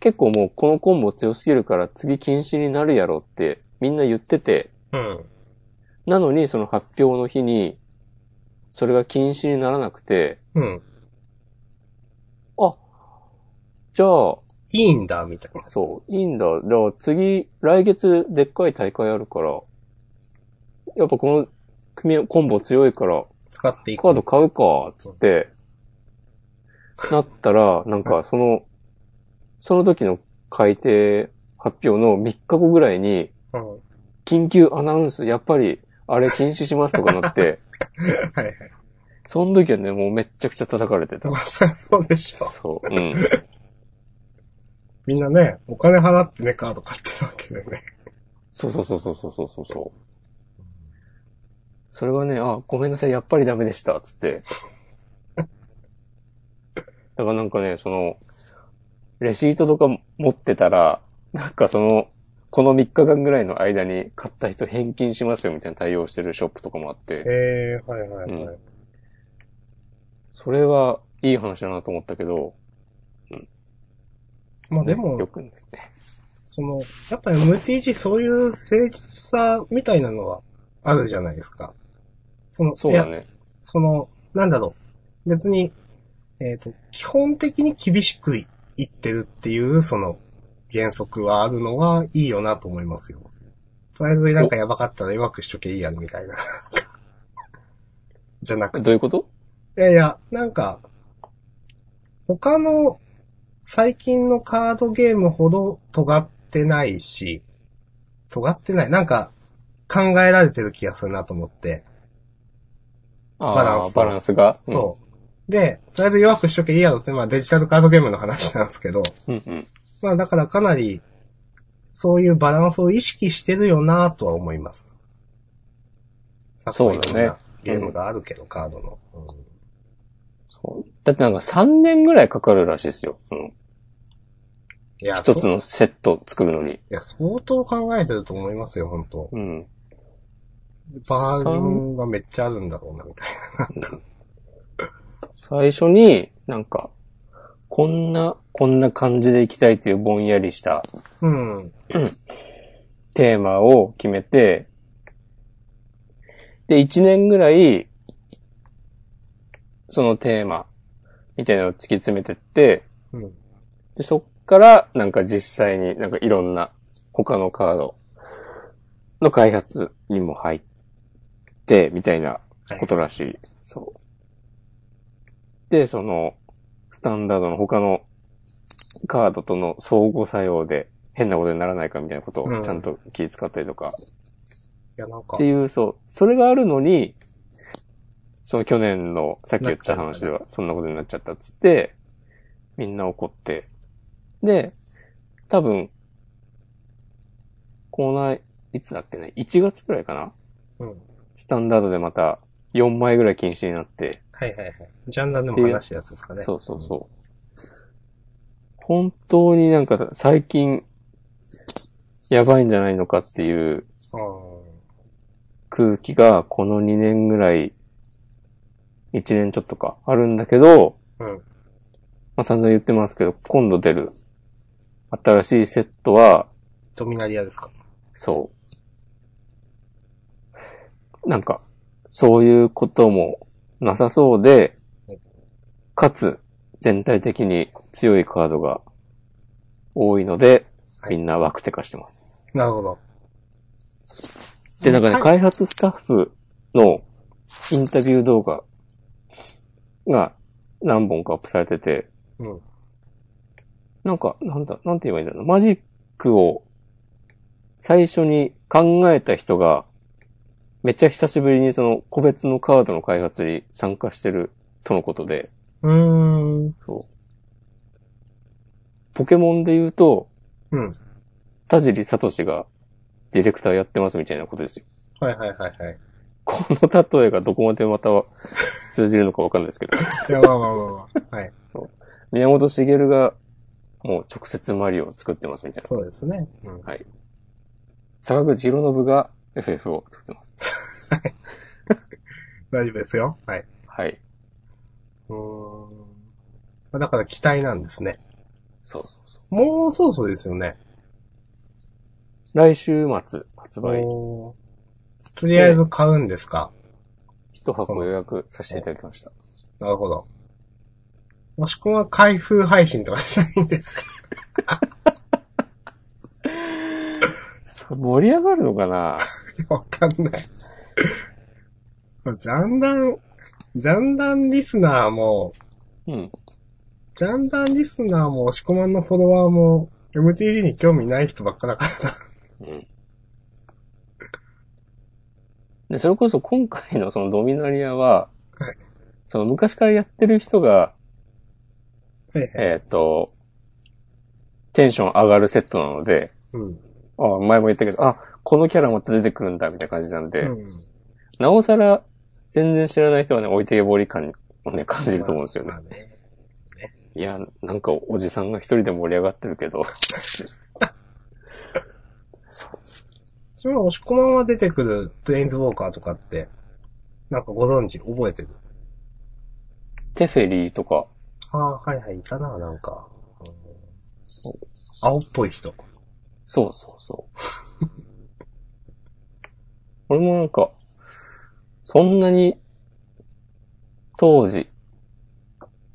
[SPEAKER 2] 結構もうこのコンボ強すぎるから次禁止になるやろってみんな言ってて、
[SPEAKER 1] うん。
[SPEAKER 2] なのにその発表の日に、それが禁止にならなくて、
[SPEAKER 1] うん。
[SPEAKER 2] じゃあ、
[SPEAKER 1] いいんだ、みたいな。
[SPEAKER 2] そう、いいんだ。じゃあ次、来月でっかい大会あるから、やっぱこの組み合コンボ強いから、
[SPEAKER 1] 使っていく。
[SPEAKER 2] カード買うか、つって、なったら、なんかその、その時の改定発表の3日後ぐらいに、
[SPEAKER 1] うん。は
[SPEAKER 2] 緊急アナウンス、やっぱり、あれ禁止しますとかなって、
[SPEAKER 1] い はい。
[SPEAKER 2] その時はね、もうめっちゃくちゃ叩かれてた
[SPEAKER 1] ま。あ、 そりゃそうでしょ。
[SPEAKER 2] そう、うん。
[SPEAKER 1] みんなね、お金払ってね、カード買ってるわけでね。
[SPEAKER 2] そうそうそうそうそうそうそうそう。それがね、あ、ごめんなさい、やっぱりダメでした、つ って。だからなんかね、その、レシートとか持ってたら、なんかその、この3日間ぐらいの間に買った人返金しますよみたいな対応してるショップとかもあって、
[SPEAKER 1] えー、はいはいはい。
[SPEAKER 2] それはいい話だなと思ったけど、
[SPEAKER 1] まあで
[SPEAKER 2] ねよ
[SPEAKER 1] も、
[SPEAKER 2] くですね。
[SPEAKER 1] その、やっぱり MTG そういう誠実さみたいなのはあるじゃないですか。その、
[SPEAKER 2] そうだね。
[SPEAKER 1] その、なんだろう。別に、えっ、と、基本的に厳しくいいってるっていう、その、原則はあるのはいいよなと思いますよ。とりあえずなんかやばかったら弱くしとけいいやん、みたいな。 じゃなくて。
[SPEAKER 2] どういうこと
[SPEAKER 1] いやいや、なんか、他の最近のカードゲームほど尖ってないし、尖ってない。なんか、考えられてる気がするなと思って。
[SPEAKER 2] あー
[SPEAKER 1] バランス
[SPEAKER 2] バランスが。
[SPEAKER 1] そう。で、とりあえず弱くしとけいいやろって、まあデジタルカードゲームの話なんですけど、
[SPEAKER 2] うん。うんうん。
[SPEAKER 1] まあだからかなり、そういうバランスを意識してるよなとは思います。
[SPEAKER 2] そうだね
[SPEAKER 1] 昨今のゲームがあるけど、カードの。うん
[SPEAKER 2] そう。だってなんか3年ぐらいかかるらしいですよ。その
[SPEAKER 1] いや、
[SPEAKER 2] 一
[SPEAKER 1] と
[SPEAKER 2] つのセット作るのに。
[SPEAKER 1] いや、相当考えてると思いますよ、本当
[SPEAKER 2] うん。
[SPEAKER 1] バージョンがめっちゃあるんだろうな、みたい
[SPEAKER 2] 最初になんか、こんな、こんな感じでいきたいというぼんやりした
[SPEAKER 1] な。うん。
[SPEAKER 2] テーマを決めて、で、1年ぐらい、そのテーマみたいなのを突き詰めてって、
[SPEAKER 1] うん。
[SPEAKER 2] でそっからなんか実際になんかいろんな他のカードの開発にも入って、みたいなことらしい。そう。で、その、スタンダードの他のカードとの相互作用で変なことにならないかみたいなこと
[SPEAKER 1] うん
[SPEAKER 2] をちゃんと気遣ったりとか、
[SPEAKER 1] いや、なんか
[SPEAKER 2] って、いう、そう、それがあるのに、その去年の、さっき言った話では、そんなことになっちゃったっつって、みんな怒って。で、多分、こない、いつだっけね、1月くらいかな
[SPEAKER 1] うん。
[SPEAKER 2] スタンダードでまた4枚ぐらい禁止になって、
[SPEAKER 1] はいはいはい。ジャンダーでも話したやつですかね。
[SPEAKER 2] そうそうそう。本当になんか最近、やばいんじゃないのかっていう
[SPEAKER 1] うん。
[SPEAKER 2] 空気がこの2年ぐらい、1年ちょっとか、あるんだけど、
[SPEAKER 1] うん。
[SPEAKER 2] まあ散々言ってますけど、今度出る新しいセットは、
[SPEAKER 1] ドミナリアですか。
[SPEAKER 2] そう。なんか、そういうこともなさそうで、かつ、全体的に強いカードが多いので、
[SPEAKER 1] はい
[SPEAKER 2] みんなワクテカしてます。
[SPEAKER 1] なるほど。
[SPEAKER 2] で、なんか
[SPEAKER 1] は
[SPEAKER 2] ね、
[SPEAKER 1] い
[SPEAKER 2] 開発スタッフのインタビュー動画が何本かアップされてて、
[SPEAKER 1] うん。
[SPEAKER 2] なんか、なんだ、なんて言えばいいんだろうな。マジックを最初に考えた人が、めっちゃ久しぶりにその個別のカードの開発に参加してるとのことで、
[SPEAKER 1] うーん。
[SPEAKER 2] そう。ポケモンで言うと、
[SPEAKER 1] うん。
[SPEAKER 2] 田尻聡がディレクターやってますみたいなことですよ。
[SPEAKER 1] はいはいはいはい。
[SPEAKER 2] この例えがどこまでまたは通じるのかわかんないですけど。
[SPEAKER 1] いや、まあまあまあまあ。はい。
[SPEAKER 2] 宮本茂がもう直接マリオを作ってますみたいな。
[SPEAKER 1] そうですね。うん。
[SPEAKER 2] はい。坂口博信が FF を作ってます。
[SPEAKER 1] 大丈夫ですよ。はい。
[SPEAKER 2] はい。
[SPEAKER 1] うーん。まあだから期待なんですね。
[SPEAKER 2] そうそうそう。
[SPEAKER 1] もうそうそうですよね。
[SPEAKER 2] 来週末発売、
[SPEAKER 1] おーとりあえず買うんですか。
[SPEAKER 2] 一箱予約させていただきました。
[SPEAKER 1] なるほど。もしくは開封配信とかしないんですか
[SPEAKER 2] そ盛り上がるのかな
[SPEAKER 1] わかんない。ジャンダン、ジャンダンリスナーも、
[SPEAKER 2] うん。
[SPEAKER 1] ジャンダンリスナーも、押し込まんのフォロワーも、MTG に興味ない人ばっかだから。
[SPEAKER 2] うん。で、それこそ今回のそのドミナリアは、
[SPEAKER 1] はい
[SPEAKER 2] その昔からやってる人が、
[SPEAKER 1] はいはい。
[SPEAKER 2] えっ、と、テンション上がるセットなので、
[SPEAKER 1] うん。
[SPEAKER 2] あ前も言ったけど、あ、このキャラまた出てくるんだ、みたいな感じなんで、
[SPEAKER 1] うん。
[SPEAKER 2] なおさら、全然知らない人はね、置いてけぼり感をね、感じると思うんですよね
[SPEAKER 1] ま。あね
[SPEAKER 2] いや、なんかおじさんが一人で盛り上がってるけど。そう。
[SPEAKER 1] それは押し込まんは出てくるプレインズウォーカーとかって、なんかご存知、覚えてる。
[SPEAKER 2] テフェリーとか、
[SPEAKER 1] ああー、はいはい、いたな、なんか。うん青っぽい人。
[SPEAKER 2] そうそうそう。 俺もなんか、そんなに、当時、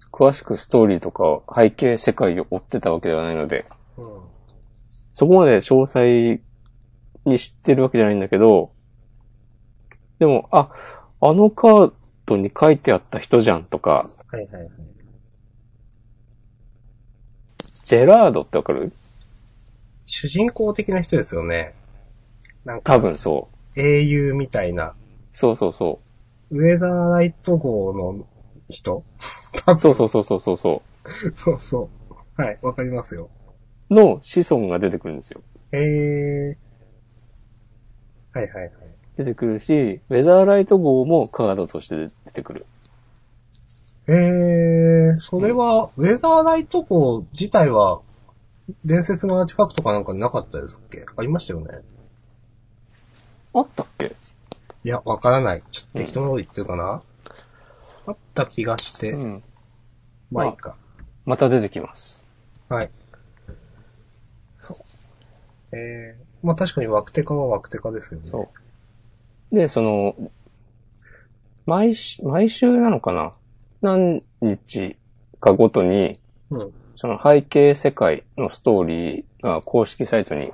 [SPEAKER 2] 詳しくストーリーとか背景世界を追ってたわけではないので、
[SPEAKER 1] うん。
[SPEAKER 2] そこまで詳細に知ってるわけじゃないんだけど、でも、あ、あのカードに書いてあった人じゃんとか、
[SPEAKER 1] はいはいはい。
[SPEAKER 2] ジェラードってわかる
[SPEAKER 1] 主人公的な人ですよね。なんか、
[SPEAKER 2] 多分そう。
[SPEAKER 1] 英雄みたいな、
[SPEAKER 2] そうそうそ
[SPEAKER 1] ウェザーライト号の人多
[SPEAKER 2] う。そうそうそうそうそうそ
[SPEAKER 1] 分、そうそう。はい、わかりますよ。
[SPEAKER 2] う。の子孫が出てくるんですよ。
[SPEAKER 1] えー。はいはいはい。
[SPEAKER 2] 出てくるし、ウェザーライト号もカードとして出てくる。
[SPEAKER 1] えー、それは、ウェザーライト号自体は、伝説のアーティファクトかなんかなかったですっけありましたよね。
[SPEAKER 2] あったっけ
[SPEAKER 1] いや、わからない。ちょっと適当なこと言ってるかな、あった気がして。
[SPEAKER 2] うん。
[SPEAKER 1] まあいいか。
[SPEAKER 2] また出てきます。
[SPEAKER 1] はい。そう。えー、まあ確かにワクテカはワクテカですよね。
[SPEAKER 2] そで、その、毎週、毎週なのかな何日かごとに、
[SPEAKER 1] う。うん。
[SPEAKER 2] その背景世界のストーリーが公式サイトに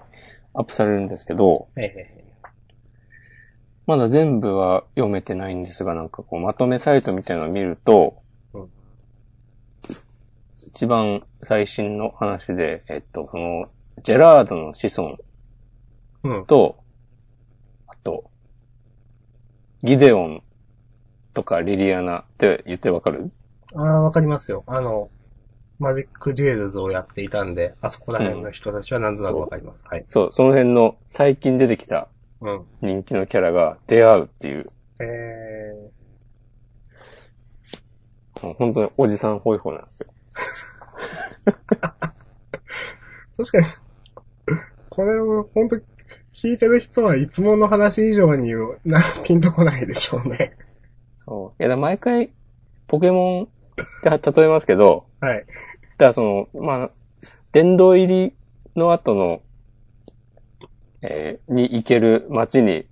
[SPEAKER 2] アップされるんですけど、
[SPEAKER 1] ええ
[SPEAKER 2] まだ全部は読めてないんですが、なんかこうまとめサイトみたいなのを見ると
[SPEAKER 1] うん、
[SPEAKER 2] 一番最新の話で、えっと、その、ジェラードの子孫
[SPEAKER 1] うん。
[SPEAKER 2] と、あと、ギデオンとかリリアナって言ってわかる
[SPEAKER 1] ああ、わかりますよ。あの、マジックデュエルズをやっていたんで、あそこら辺の人たちは何となくわかります。はい。
[SPEAKER 2] そう、その辺の最近出てきた
[SPEAKER 1] うん。
[SPEAKER 2] 人気のキャラが出会うっていう、
[SPEAKER 1] え
[SPEAKER 2] 本当におじさんホイホイなんですよ。
[SPEAKER 1] ー、確かに、 これを本当聞いてる人はいつもの話以上にな、ピンとこないでしょうね。
[SPEAKER 2] そう。いや、だから毎回、ポケモンって例えますけど、
[SPEAKER 1] はい。
[SPEAKER 2] だからその、まあ、殿堂入りの後の、えーに行ける街に、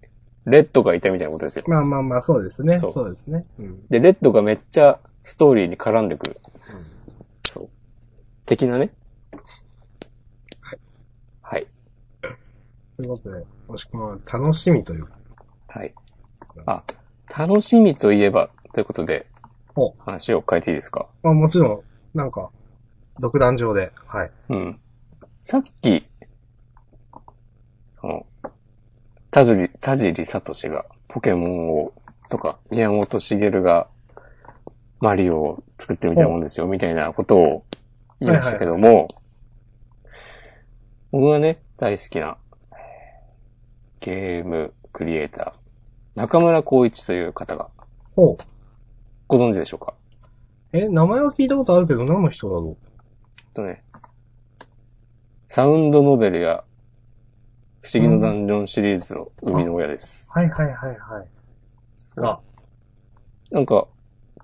[SPEAKER 2] レッドがいたみたいなことですよ。
[SPEAKER 1] まあまあまあ、そうですね。
[SPEAKER 2] そ
[SPEAKER 1] そううですね。うん。
[SPEAKER 2] で、レッドがめっちゃストーリーに絡んでくる。そう。的なね。はい。
[SPEAKER 1] ということで、もしくは楽しみというか。
[SPEAKER 2] はい。あ、楽しみといえば、ということで
[SPEAKER 1] お、
[SPEAKER 2] 話を変えていいですか
[SPEAKER 1] まあもちろん、なんか、独壇場で、はい。
[SPEAKER 2] うん。さっき、その、田尻、田尻聡がポケモンを、とか、宮本茂がマリオを作ってみたいなもんですよ、みたいなことを言いましたけども、僕がね、大好きなゲームクリエイター、中村光一という方が、
[SPEAKER 1] ほう。
[SPEAKER 2] ご存知でしょうか
[SPEAKER 1] え、名前は聞いたことあるけど、何の人だろ
[SPEAKER 2] えっとね、サウンドノベルや、不思議のダンジョンシリーズの生みの親です。
[SPEAKER 1] うはいはいはいはい。が、
[SPEAKER 2] なんか、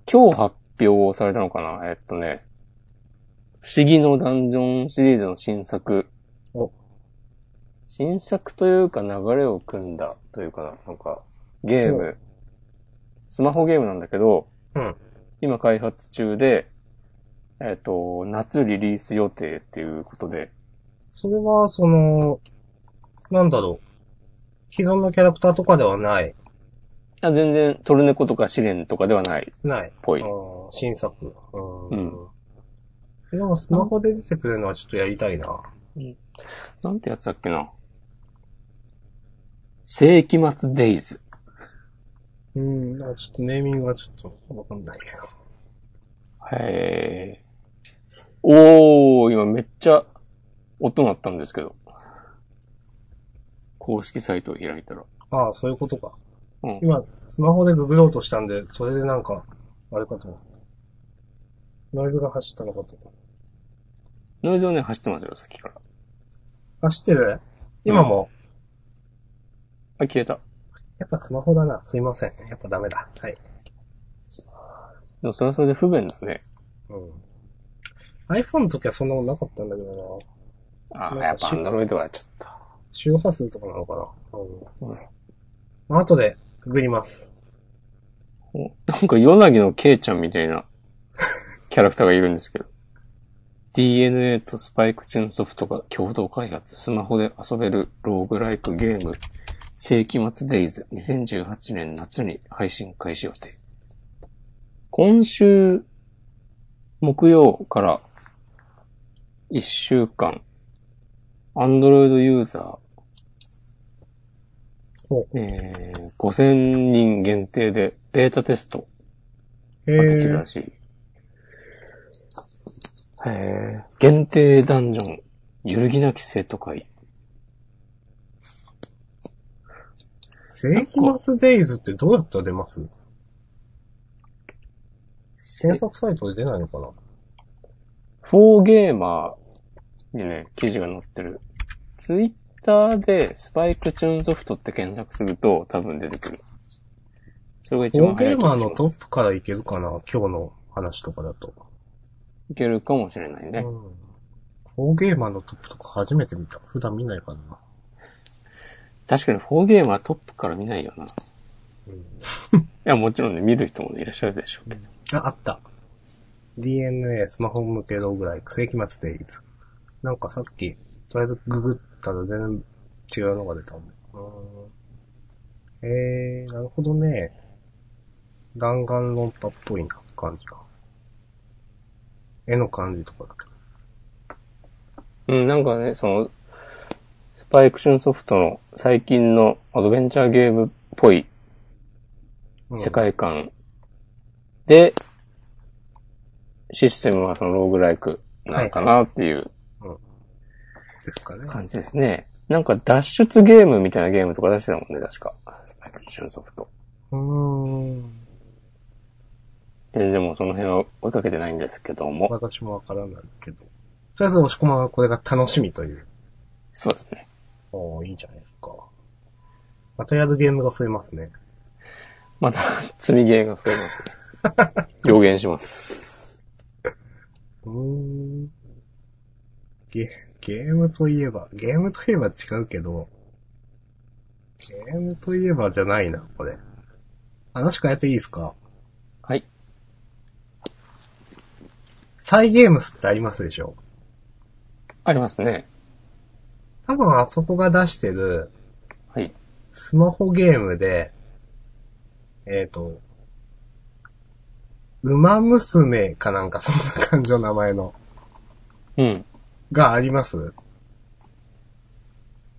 [SPEAKER 2] 今日発表されたのかなえっとね、不思議のダンジョンシリーズの新作。
[SPEAKER 1] お
[SPEAKER 2] 新作というか流れを組んだというかな、なんか、ゲーム、スマホゲームなんだけど、
[SPEAKER 1] うん
[SPEAKER 2] 今開発中で、えっ、と、夏リリース予定っていうことで、
[SPEAKER 1] それは、その、なんだろう。既存のキャラクターとかではない。
[SPEAKER 2] あ全然、トルネコとか試練とかではないっ
[SPEAKER 1] ない。
[SPEAKER 2] ぽ
[SPEAKER 1] あ
[SPEAKER 2] い。
[SPEAKER 1] ー新作。う
[SPEAKER 2] うん
[SPEAKER 1] ん。でも、スマホで出てくるのはちょっとやりたいな。
[SPEAKER 2] なんてやつだっけな。世紀末デイズ。
[SPEAKER 1] うん、なんかちょっとネーミングはちょっとわかんないけど。
[SPEAKER 2] へー。おー、今めっちゃ音鳴ったんですけど。公式サイトを開いたら。
[SPEAKER 1] ああ、そういうことか。
[SPEAKER 2] うん
[SPEAKER 1] 今、スマホでググろうとしたんで、それでなんか、あれかと思った。ノイズが走ったのかと思った。
[SPEAKER 2] ノイズをね、走ってますよ、さっきから。
[SPEAKER 1] 走ってる今も、
[SPEAKER 2] あ、消えた。
[SPEAKER 1] やっぱスマホだな。すいません。やっぱダメだ。はい。
[SPEAKER 2] でもそれはそれで不便だね。
[SPEAKER 1] うん。iPhone の時はそんなことなかったんだけどな。な
[SPEAKER 2] あ
[SPEAKER 1] ん
[SPEAKER 2] ー、
[SPEAKER 1] か
[SPEAKER 2] やっぱアンドロイドはちょっと。
[SPEAKER 1] 周波数とかなのかな。
[SPEAKER 2] うん
[SPEAKER 1] うん。後で、ググります。
[SPEAKER 2] おなんか、ヨナギのケイちゃんみたいなキャラクターがいるんですけど。 DNA とスパイクチのソフトが共同開発、スマホで遊べるローグライクゲーム、世紀末デイズ、2018年夏に配信開始予定。今週、木曜から1週間、Android ユーザ
[SPEAKER 1] お
[SPEAKER 2] ー、えー、5000人限定でベータテスト
[SPEAKER 1] え
[SPEAKER 2] ができるらしい。えー、限定ダンジョン、揺るぎなき生徒会。
[SPEAKER 1] 世紀末デイズってどうやったら出ます検索サイトで出ないのかな
[SPEAKER 2] フォーゲーマーにね、記事が載ってる。ツイッターでスパイクチューンソフトって検索すると多分出てくる。それが一
[SPEAKER 1] 大
[SPEAKER 2] 番
[SPEAKER 1] ゲ
[SPEAKER 2] 早い
[SPEAKER 1] ー
[SPEAKER 2] 気
[SPEAKER 1] マー
[SPEAKER 2] が
[SPEAKER 1] の
[SPEAKER 2] し
[SPEAKER 1] ト
[SPEAKER 2] ます
[SPEAKER 1] ップからいけるかな今日の話とかだと。
[SPEAKER 2] いけるかもしれないね。
[SPEAKER 1] うん。大ゲーマーのトップとか初めて見た。普段見ないからな。
[SPEAKER 2] 確かにフォーゲーマートップから見ないよな。い
[SPEAKER 1] うん
[SPEAKER 2] や、もちろんね、見る人もねいらっしゃるでしょうけど。
[SPEAKER 1] あ、あった。DNA スマホ向けローグライク、世紀末デイズ。なんかさっき、とりあえずググったら全然違うのが出たんで。うーんえー、なるほどね。弾丸論破っぽいな、感じが。絵の感じとかだけど。
[SPEAKER 2] うん、なんかね、その、スパイクシュンソフトの最近のアドベンチャーゲームっぽい
[SPEAKER 1] うん
[SPEAKER 2] 世。界観で、システムはそのローグライクなのかなっていう
[SPEAKER 1] ですかね。
[SPEAKER 2] 感じですね。なんか脱出ゲームみたいなゲームとか出してたもんね、確か。スパイクシュンソフト。
[SPEAKER 1] うーん。
[SPEAKER 2] 全然もうその辺は追いかけてないんですけども。
[SPEAKER 1] 私もわからないけど。とりあえず、押し込まんはこれが楽しみという。
[SPEAKER 2] そうですね。
[SPEAKER 1] おーいいじゃないですか。まあ、とりあえずゲームが増えますね。
[SPEAKER 2] また、積みゲーが増えますね。予言します。
[SPEAKER 1] うーん。ゲ、ゲームといえば、ゲームといえば違うけど、ゲームといえばじゃないな、これ。話変えていいですか
[SPEAKER 2] はい。
[SPEAKER 1] サイゲームスってありますでしょ
[SPEAKER 2] ありますね。
[SPEAKER 1] 多分あそこが出してる、
[SPEAKER 2] はい。
[SPEAKER 1] スマホゲームで、えっ、と、馬娘かなんか、そんな感じの名前の、
[SPEAKER 2] うん。
[SPEAKER 1] があります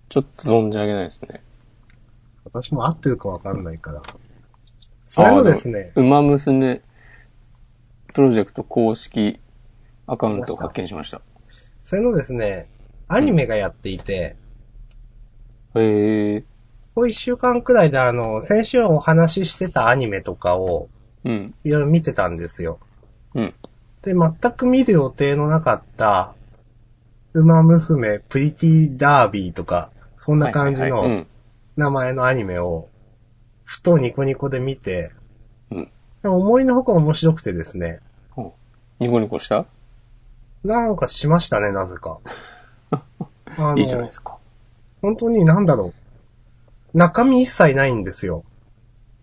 [SPEAKER 2] ちょっと存じ上げないですね。
[SPEAKER 1] 私も合ってるかわかんないから。それのですね、
[SPEAKER 2] 馬娘プロジェクト公式アカウントを発見しました。
[SPEAKER 1] それのですね、アニメがやっていて、
[SPEAKER 2] へえ。
[SPEAKER 1] こう一週間くらいであの、先週お話ししてたアニメとかを、
[SPEAKER 2] うん。
[SPEAKER 1] いろいろ見てたんですよ。
[SPEAKER 2] うん。
[SPEAKER 1] で、全く見る予定のなかった、馬娘、プリティダービーとか、そんな感じ
[SPEAKER 2] はいはいはい
[SPEAKER 1] の名前のアニメを、ふとニコニコで見て、
[SPEAKER 2] うん
[SPEAKER 1] でも思いのほか面白くてですね、
[SPEAKER 2] うん。ニコニコした
[SPEAKER 1] なんかしましたね、なぜ か。あ
[SPEAKER 2] いいじゃないですか。
[SPEAKER 1] 本当になんだろう。中身一切ないんですよ。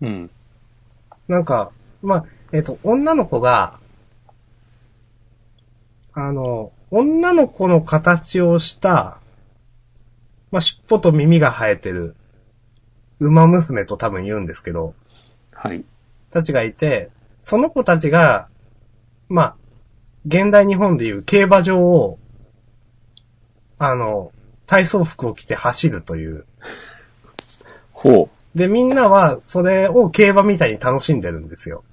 [SPEAKER 2] うん。
[SPEAKER 1] なんか、まあ、えっ、と、女の子が、あの、女の子の形をした、まあ、尻尾と耳が生えてる、馬娘と多分言うんですけど、
[SPEAKER 2] はい。
[SPEAKER 1] たちがいて、その子たちが、まあ、現代日本でいう競馬場を、あの、体操服を着て走るという、
[SPEAKER 2] ほ
[SPEAKER 1] で、みんなは、それを競馬みたいに楽しんでるんですよ。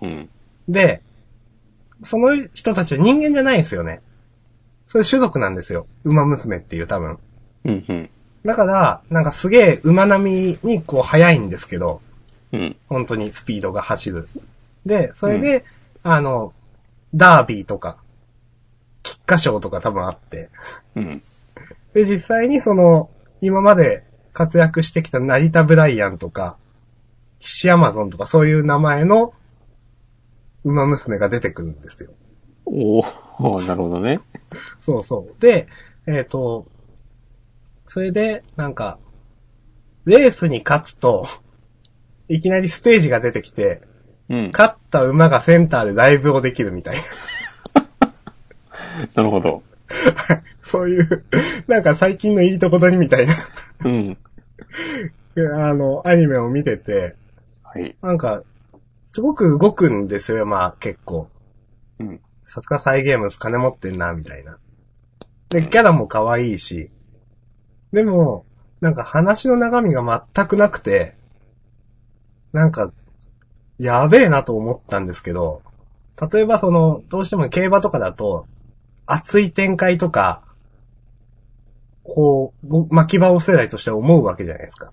[SPEAKER 2] う。うん。
[SPEAKER 1] で、その人たちは人間じゃないんですよね。そういう種族なんですよ。馬娘っていう多分。
[SPEAKER 2] うん、うん。
[SPEAKER 1] だから、なんかすげえ馬並みにこう速いんですけど、
[SPEAKER 2] うん。
[SPEAKER 1] 本当にスピードが走る。で、それで、あの、ダービーとか、菊花賞とか多分あって。
[SPEAKER 2] うん。
[SPEAKER 1] で、実際にその、今まで活躍してきた成田ブライアンとか、岸アマゾンとかそういう名前の馬娘が出てくるんですよ。
[SPEAKER 2] おー、なるほどね。
[SPEAKER 1] そうそう。で、えっ、と、それで、なんか、レースに勝つと、いきなりステージが出てきて、
[SPEAKER 2] うん。
[SPEAKER 1] 勝った馬がセンターでライブをできるみたいな。
[SPEAKER 2] なるほど。
[SPEAKER 1] そういう、なんか最近のいいとこ取りみたいな、
[SPEAKER 2] うん。
[SPEAKER 1] あの、アニメを見てて、
[SPEAKER 2] はい。
[SPEAKER 1] なんか、すごく動くんですよ、まあ、結構。
[SPEAKER 2] うん。
[SPEAKER 1] さすがサイゲームズ金持ってんな、みたいな。で、キャラも可愛いし。でも、なんか話の中身が全くなくて、なんか、やべえなと思ったんですけど、例えばその、どうしても競馬とかだと、熱い展開とか、こう、ご巻き場を世代として思うわけじゃないですか。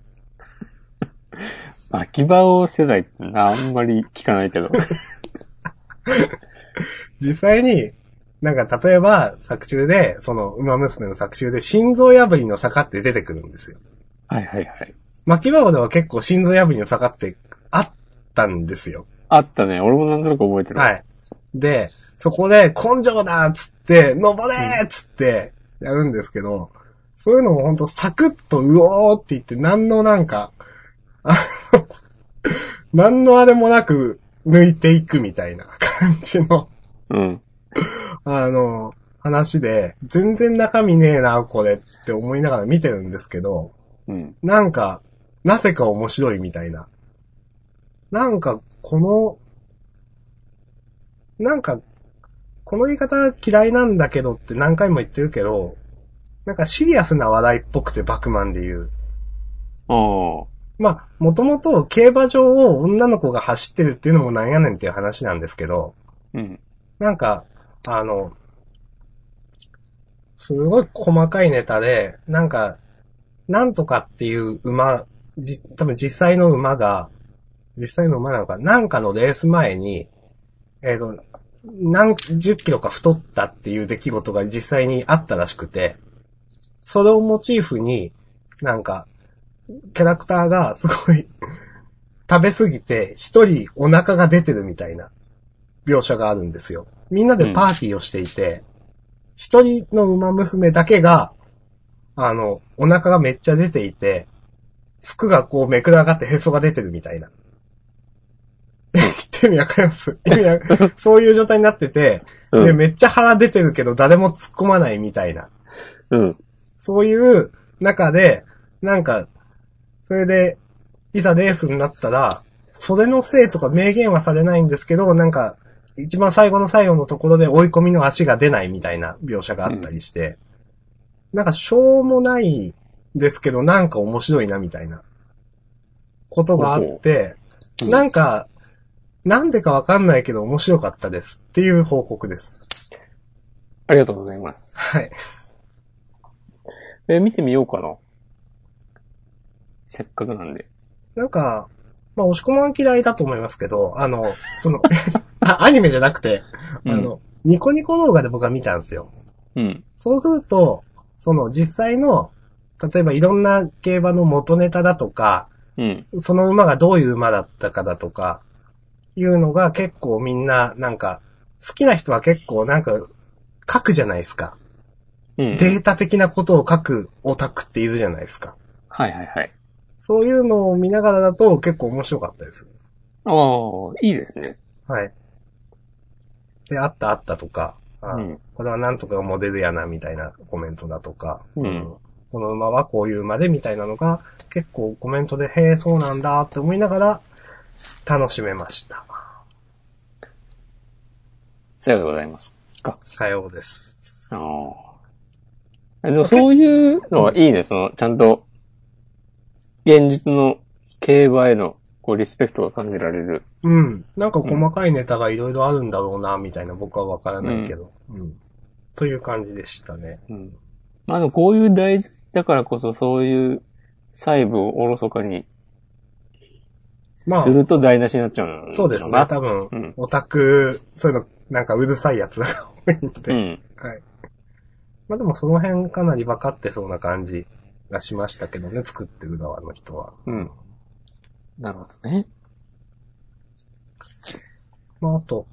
[SPEAKER 2] 巻き場を世代ってな、あんまり聞かない けど。
[SPEAKER 1] 実際に、なんか例えば作中で、その、馬娘の作中で心臓破りの坂って出てくるんですよ。
[SPEAKER 2] はいはいはい。
[SPEAKER 1] 巻き場では結構心臓破りの坂ってあったんですよ。
[SPEAKER 2] あったね。俺もなんとなく覚えてる。
[SPEAKER 1] はい。で、そこで根性だっつって、登れっつってやるんですけど、そういうのもほんとサクッとうおーって言って、何のなんか、あの、 何のあれもなく抜いていくみたいな感じの。
[SPEAKER 2] うん。
[SPEAKER 1] あの、話で、全然中身ねえな、これって思いながら見てるんですけど、
[SPEAKER 2] うん。
[SPEAKER 1] なんか、なぜか面白いみたいな。なんか、この、なんか、この言い方嫌いなんだけどって何回も言ってるけど、なんかシリアスな話題っぽくて、バクマンで言う。
[SPEAKER 2] ああ。
[SPEAKER 1] まあ、もともと競馬場を女の子が走ってるっていうのもなんやねんっていう話なんですけど、
[SPEAKER 2] うん。
[SPEAKER 1] なんか、あの、すごい細かいネタで、なんか、なんとかっていう馬、じ、多分実際の馬が、実際の馬なのか、なんかのレース前に、えっ、と、何十キロか太ったっていう出来事が実際にあったらしくて、それをモチーフに、なんか、キャラクターがすごい、 食べ過ぎて、一人お腹が出てるみたいな、描写があるんですよ。みんなでパーティーをしていて、一、人の馬娘だけが、あの、お腹がめっちゃ出ていて、服がこうめくれ上がってへそが出てるみたいな。 言ってみわかります意味わかそういう状態になってて、
[SPEAKER 2] う
[SPEAKER 1] で、
[SPEAKER 2] ん。
[SPEAKER 1] めっちゃ腹出てるけど誰も突っ込まないみたいな。
[SPEAKER 2] うん。
[SPEAKER 1] そういう中で、なんか、それで、いざレースになったら、それのせいとか明言はされないんですけど、なんか、一番最後の最後のところで追い込みの足が出ないみたいな描写があったりして、なんか、しょうもないですけど、なんか面白いなみたいな、ことがあって、
[SPEAKER 2] ほう
[SPEAKER 1] なんか、なんでかわかんないけど面白かったですっていう報告です。
[SPEAKER 2] ありがとうございます。
[SPEAKER 1] はい。
[SPEAKER 2] えー、見てみようかな。せっかくなんで。
[SPEAKER 1] なんか、まあ、押し込まん嫌いだと思いますけど、あの、その、 あアニメじゃなくて、あの、ニコニコ動画で僕は見たんですよ。
[SPEAKER 2] うん。
[SPEAKER 1] そうすると、その実際の、例えばいろんな競馬の元ネタだとか、
[SPEAKER 2] うん。
[SPEAKER 1] その馬がどういう馬だったかだとか、いうのが結構みんな、なんか、好きな人は結構なんか、書くじゃないですか。
[SPEAKER 2] うん。
[SPEAKER 1] データ的なことを書くオタクっているじゃないですか。
[SPEAKER 2] はいはいはい。
[SPEAKER 1] そういうのを見ながらだと結構面白かったです。
[SPEAKER 2] ああ、いいですね。
[SPEAKER 1] はい。で、あったあったとか、あ
[SPEAKER 2] うん。
[SPEAKER 1] これはなんとかがモデルやな、みたいなコメントだとか、
[SPEAKER 2] うん
[SPEAKER 1] この馬はこういう馬で、みたいなのが、結構コメントで、へえ、そうなんだ、って思いながら、楽しめました。
[SPEAKER 2] さようでございます。
[SPEAKER 1] さようです。
[SPEAKER 2] ああ。でもそういうのはいいね。その、ちゃんと、現実の競馬への、こう、リスペクトが感じられる。
[SPEAKER 1] うん。なんか細かいネタがいろいろあるんだろうな、みたいな僕はわからないけど、うん。という感じでしたね。
[SPEAKER 2] うん。まあでもこういう題材だからこそ、そういう細部をおろそかに、
[SPEAKER 1] まあ
[SPEAKER 2] すると台無しになっちゃうん
[SPEAKER 1] そうです
[SPEAKER 2] だろ
[SPEAKER 1] ね。多分、
[SPEAKER 2] うん
[SPEAKER 1] オタク、そういうの、なんかうるさいやつが多いんで
[SPEAKER 2] う。な。
[SPEAKER 1] まあでもその辺かなり分かってそうな感じがしましたけどね、作ってる側の人は。
[SPEAKER 2] うん。うん。なるほどね。
[SPEAKER 1] まああと、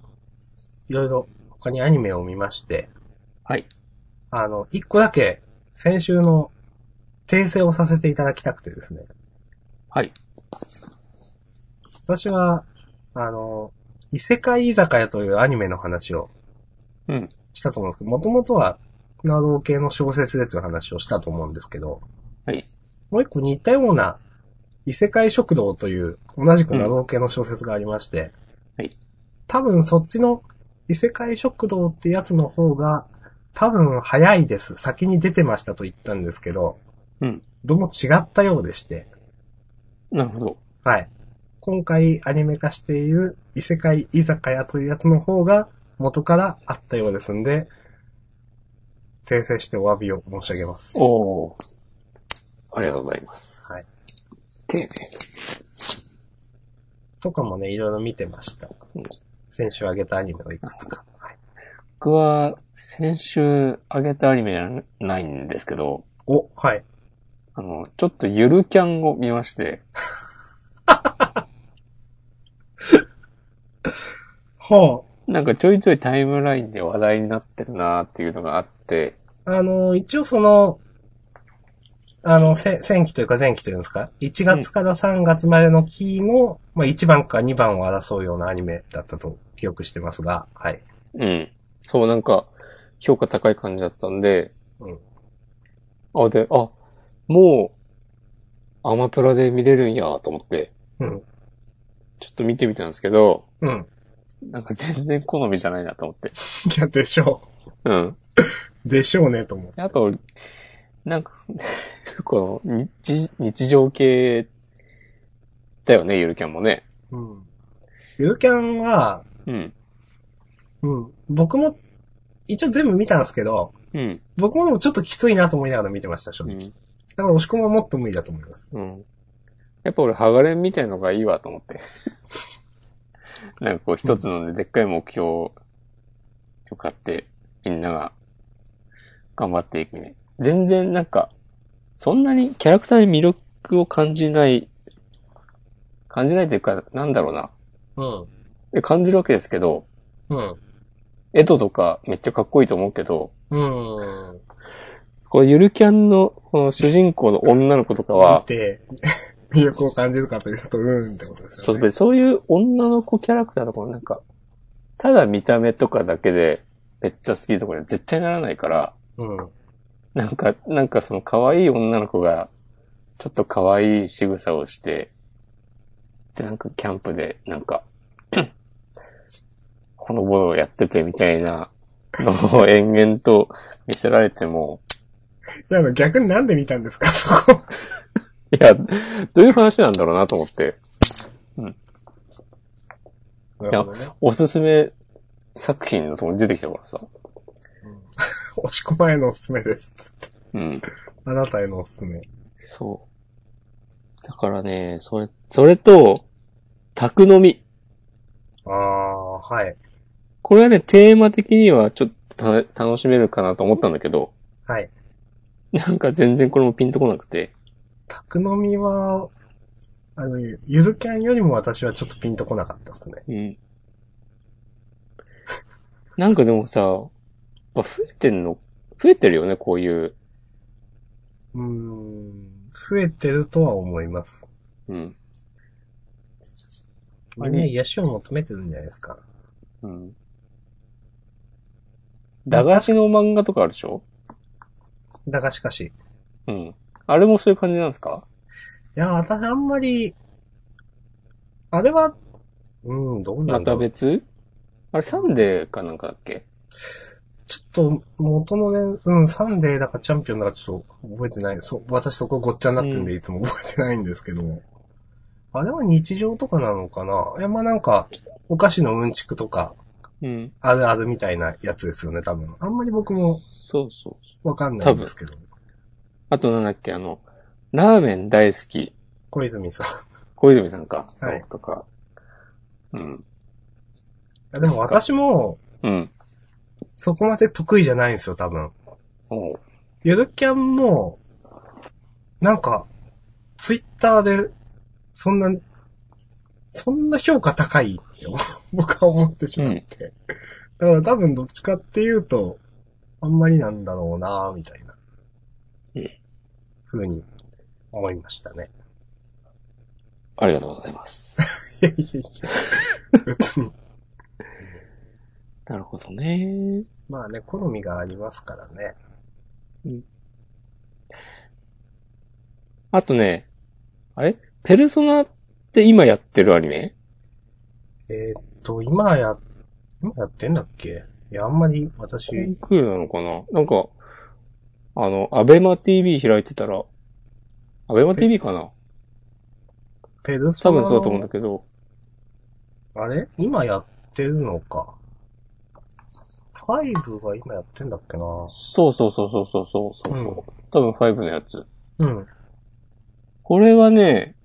[SPEAKER 1] いろいろ他にアニメを見まして、
[SPEAKER 2] はい。
[SPEAKER 1] あの、一個だけ先週の訂正をさせていただきたくてですね。
[SPEAKER 2] はい。
[SPEAKER 1] 私は、あの、異世界居酒屋というアニメの話を
[SPEAKER 2] うん
[SPEAKER 1] したと思うんですけど、もともとは、ナロー系の小説でという話をしたと思うんですけど、
[SPEAKER 2] はい。
[SPEAKER 1] もう一個似たような、異世界食堂という、同じくナロー系の小説がありまして、
[SPEAKER 2] はい。
[SPEAKER 1] 多分そっちの異世界食堂ってやつの方が、多分早いです。先に出てましたと言ったんですけど、
[SPEAKER 2] うん。
[SPEAKER 1] どうも違ったようでして、
[SPEAKER 2] なるほど。
[SPEAKER 1] はい。今回アニメ化している異世界居酒屋というやつの方が元からあったようですんで、訂正してお詫びを申し上げます。
[SPEAKER 2] おお。ありがとうございます。
[SPEAKER 1] はい。
[SPEAKER 2] 丁寧。
[SPEAKER 1] とかもね、いろいろ見てました
[SPEAKER 2] うん。
[SPEAKER 1] 先週あげたアニメのいくつか。はい、
[SPEAKER 2] 僕は、先週あげたアニメじゃないんですけど、
[SPEAKER 1] お、はい。
[SPEAKER 2] あの、ちょっとゆるキャンを見まして、
[SPEAKER 1] は
[SPEAKER 2] なんかちょいちょいタイムラインで話題になってるなーっていうのがあって、
[SPEAKER 1] あ。あの、一応その、あの、せ先期というか前期というんですか ?1 月から3月までの期の、まあ1番か2番を争うようなアニメだったと記憶してますが、はい。
[SPEAKER 2] うん。そう、なんか、評価高い感じだったんで、
[SPEAKER 1] うん。
[SPEAKER 2] あ、で、あ、もう、アマプラで見れるんやと思って、
[SPEAKER 1] うん。
[SPEAKER 2] ちょっと見てみたんですけど、
[SPEAKER 1] うん。
[SPEAKER 2] なんか全然好みじゃないなと思って。
[SPEAKER 1] いや、でしょ
[SPEAKER 2] うん。
[SPEAKER 1] う。でしょうね、と思う。
[SPEAKER 2] あと、なんか、 この日、日常系だよね、ゆるキャンもね。
[SPEAKER 1] うん。ゆるキャンは、
[SPEAKER 2] うん。
[SPEAKER 1] うん。僕も、一応全部見たんですけど、
[SPEAKER 2] うん。
[SPEAKER 1] 僕もちょっときついなと思いながら見てました、正
[SPEAKER 2] う
[SPEAKER 1] 直。
[SPEAKER 2] ん。
[SPEAKER 1] だから、押し込みはもっと無理だと思います。
[SPEAKER 2] うん。やっぱ俺、ハガレンみたいのがいいわと思って。 なんかこう、一つのねでっかい目標を買って、みんなが頑張っていくね。全然なんか、そんなにキャラクターに魅力を感じない、感じないというか、なんだろうな。
[SPEAKER 1] うん。
[SPEAKER 2] え感じるわけですけど、
[SPEAKER 1] うん。
[SPEAKER 2] エドとかめっちゃかっこいいと思うけど、
[SPEAKER 1] うん。
[SPEAKER 2] このゆるキャンのこの主人公の女の子とか
[SPEAKER 1] 見
[SPEAKER 2] は、
[SPEAKER 1] て、魅力を感じるかというと、うんってことです
[SPEAKER 2] そ
[SPEAKER 1] よね。
[SPEAKER 2] うそういう女の子キャラクターとかもなんか、ただ見た目とかだけでめっちゃ好きとかには絶対ならないから、
[SPEAKER 1] うん。
[SPEAKER 2] なんか、なんかその可愛い女の子が、ちょっと可愛い仕草をして、で、なんかキャンプで、なんか、 このぼをやっててみたいなのを延々と見せられても、
[SPEAKER 1] いや、あの、逆になんで見たんですか、 そこ。
[SPEAKER 2] いや、どういう話なんだろうなと思って、
[SPEAKER 1] なるほどね。
[SPEAKER 2] おすすめ作品のところに出てきたからさ。
[SPEAKER 1] 押し込まへのおすすめです。つって
[SPEAKER 2] うん。
[SPEAKER 1] あなたへのおすすめ。
[SPEAKER 2] そう。だからね、それ、それと、宅飲み。
[SPEAKER 1] ああ、はい。
[SPEAKER 2] これはね、テーマ的にはちょっとた楽しめるかなと思ったんだけど、
[SPEAKER 1] はい。
[SPEAKER 2] なんか全然これもピンとこなくて。
[SPEAKER 1] 宅飲みは、あの、ゆずキャンよりも私はちょっとピンとこなかったですね。
[SPEAKER 2] うん。 なんかでもさ、やっぱ増えてんの、増えてるよね、こういう。
[SPEAKER 1] うーん、増えてるとは思います。
[SPEAKER 2] うん。あ
[SPEAKER 1] み
[SPEAKER 2] れ
[SPEAKER 1] んな癒しを求めてるんじゃないですか。
[SPEAKER 2] うん。駄菓子の漫画とかあるでしょ
[SPEAKER 1] だがしかし、い
[SPEAKER 2] うん。あれもそういう感じなんですか
[SPEAKER 1] や、私あんまり、あれは、うん、どうな
[SPEAKER 2] ま
[SPEAKER 1] んだ
[SPEAKER 2] た
[SPEAKER 1] ろう。
[SPEAKER 2] 別あれサンデーかなんかだっけ
[SPEAKER 1] ちょっと、元のね、うん、サンデーだかチャンピオンだかちょっと覚えてない。そう、私そこごっちゃになってんで、
[SPEAKER 2] う
[SPEAKER 1] いつも覚えてないんですけども。あれは日常とかなのかないや、まあ、なんか、お菓子のうんちくとか、
[SPEAKER 2] うん。
[SPEAKER 1] あるあるみたいなやつですよね、多分。あんまり僕も
[SPEAKER 2] そうそうそう。
[SPEAKER 1] わかんないんですけど。
[SPEAKER 2] あとなんだっけあの、ラーメン大好き、
[SPEAKER 1] 小泉さんい
[SPEAKER 2] 小泉さんか。そ、
[SPEAKER 1] はいう
[SPEAKER 2] とか。うん。
[SPEAKER 1] や。でも私も、
[SPEAKER 2] うん。
[SPEAKER 1] そこまで得意じゃないんですよ、多分。
[SPEAKER 2] おう
[SPEAKER 1] ゆるキャンも、なんか、ツイッターで、そんな、そんな評価高いって思う僕は思ってしまって。だから多分どっちかっていうと、あんまりなんだろうなみたいな
[SPEAKER 2] うん、
[SPEAKER 1] ふうに思いました ね。
[SPEAKER 2] ありがとうございます。
[SPEAKER 1] いやいやいや別に。
[SPEAKER 2] なるほどね。
[SPEAKER 1] まあね、好みがありますからね。
[SPEAKER 2] あとね、あれペルソナって今やってるアニメ
[SPEAKER 1] えーっと、今や、今やってんだっけいや、あんまり私、
[SPEAKER 2] コンクールなのかななんか、あの、アベマ TV 開いてたら、アベマ TV かな
[SPEAKER 1] ペルソ
[SPEAKER 2] 多
[SPEAKER 1] ナの
[SPEAKER 2] 分そうだと思うんだけど、
[SPEAKER 1] あれ今やってるのか。ファイブが今やってんだっけな
[SPEAKER 2] そうそうそうそうそうそうそう、
[SPEAKER 1] うん
[SPEAKER 2] 多分5のやつ。
[SPEAKER 1] うん。
[SPEAKER 2] これはね、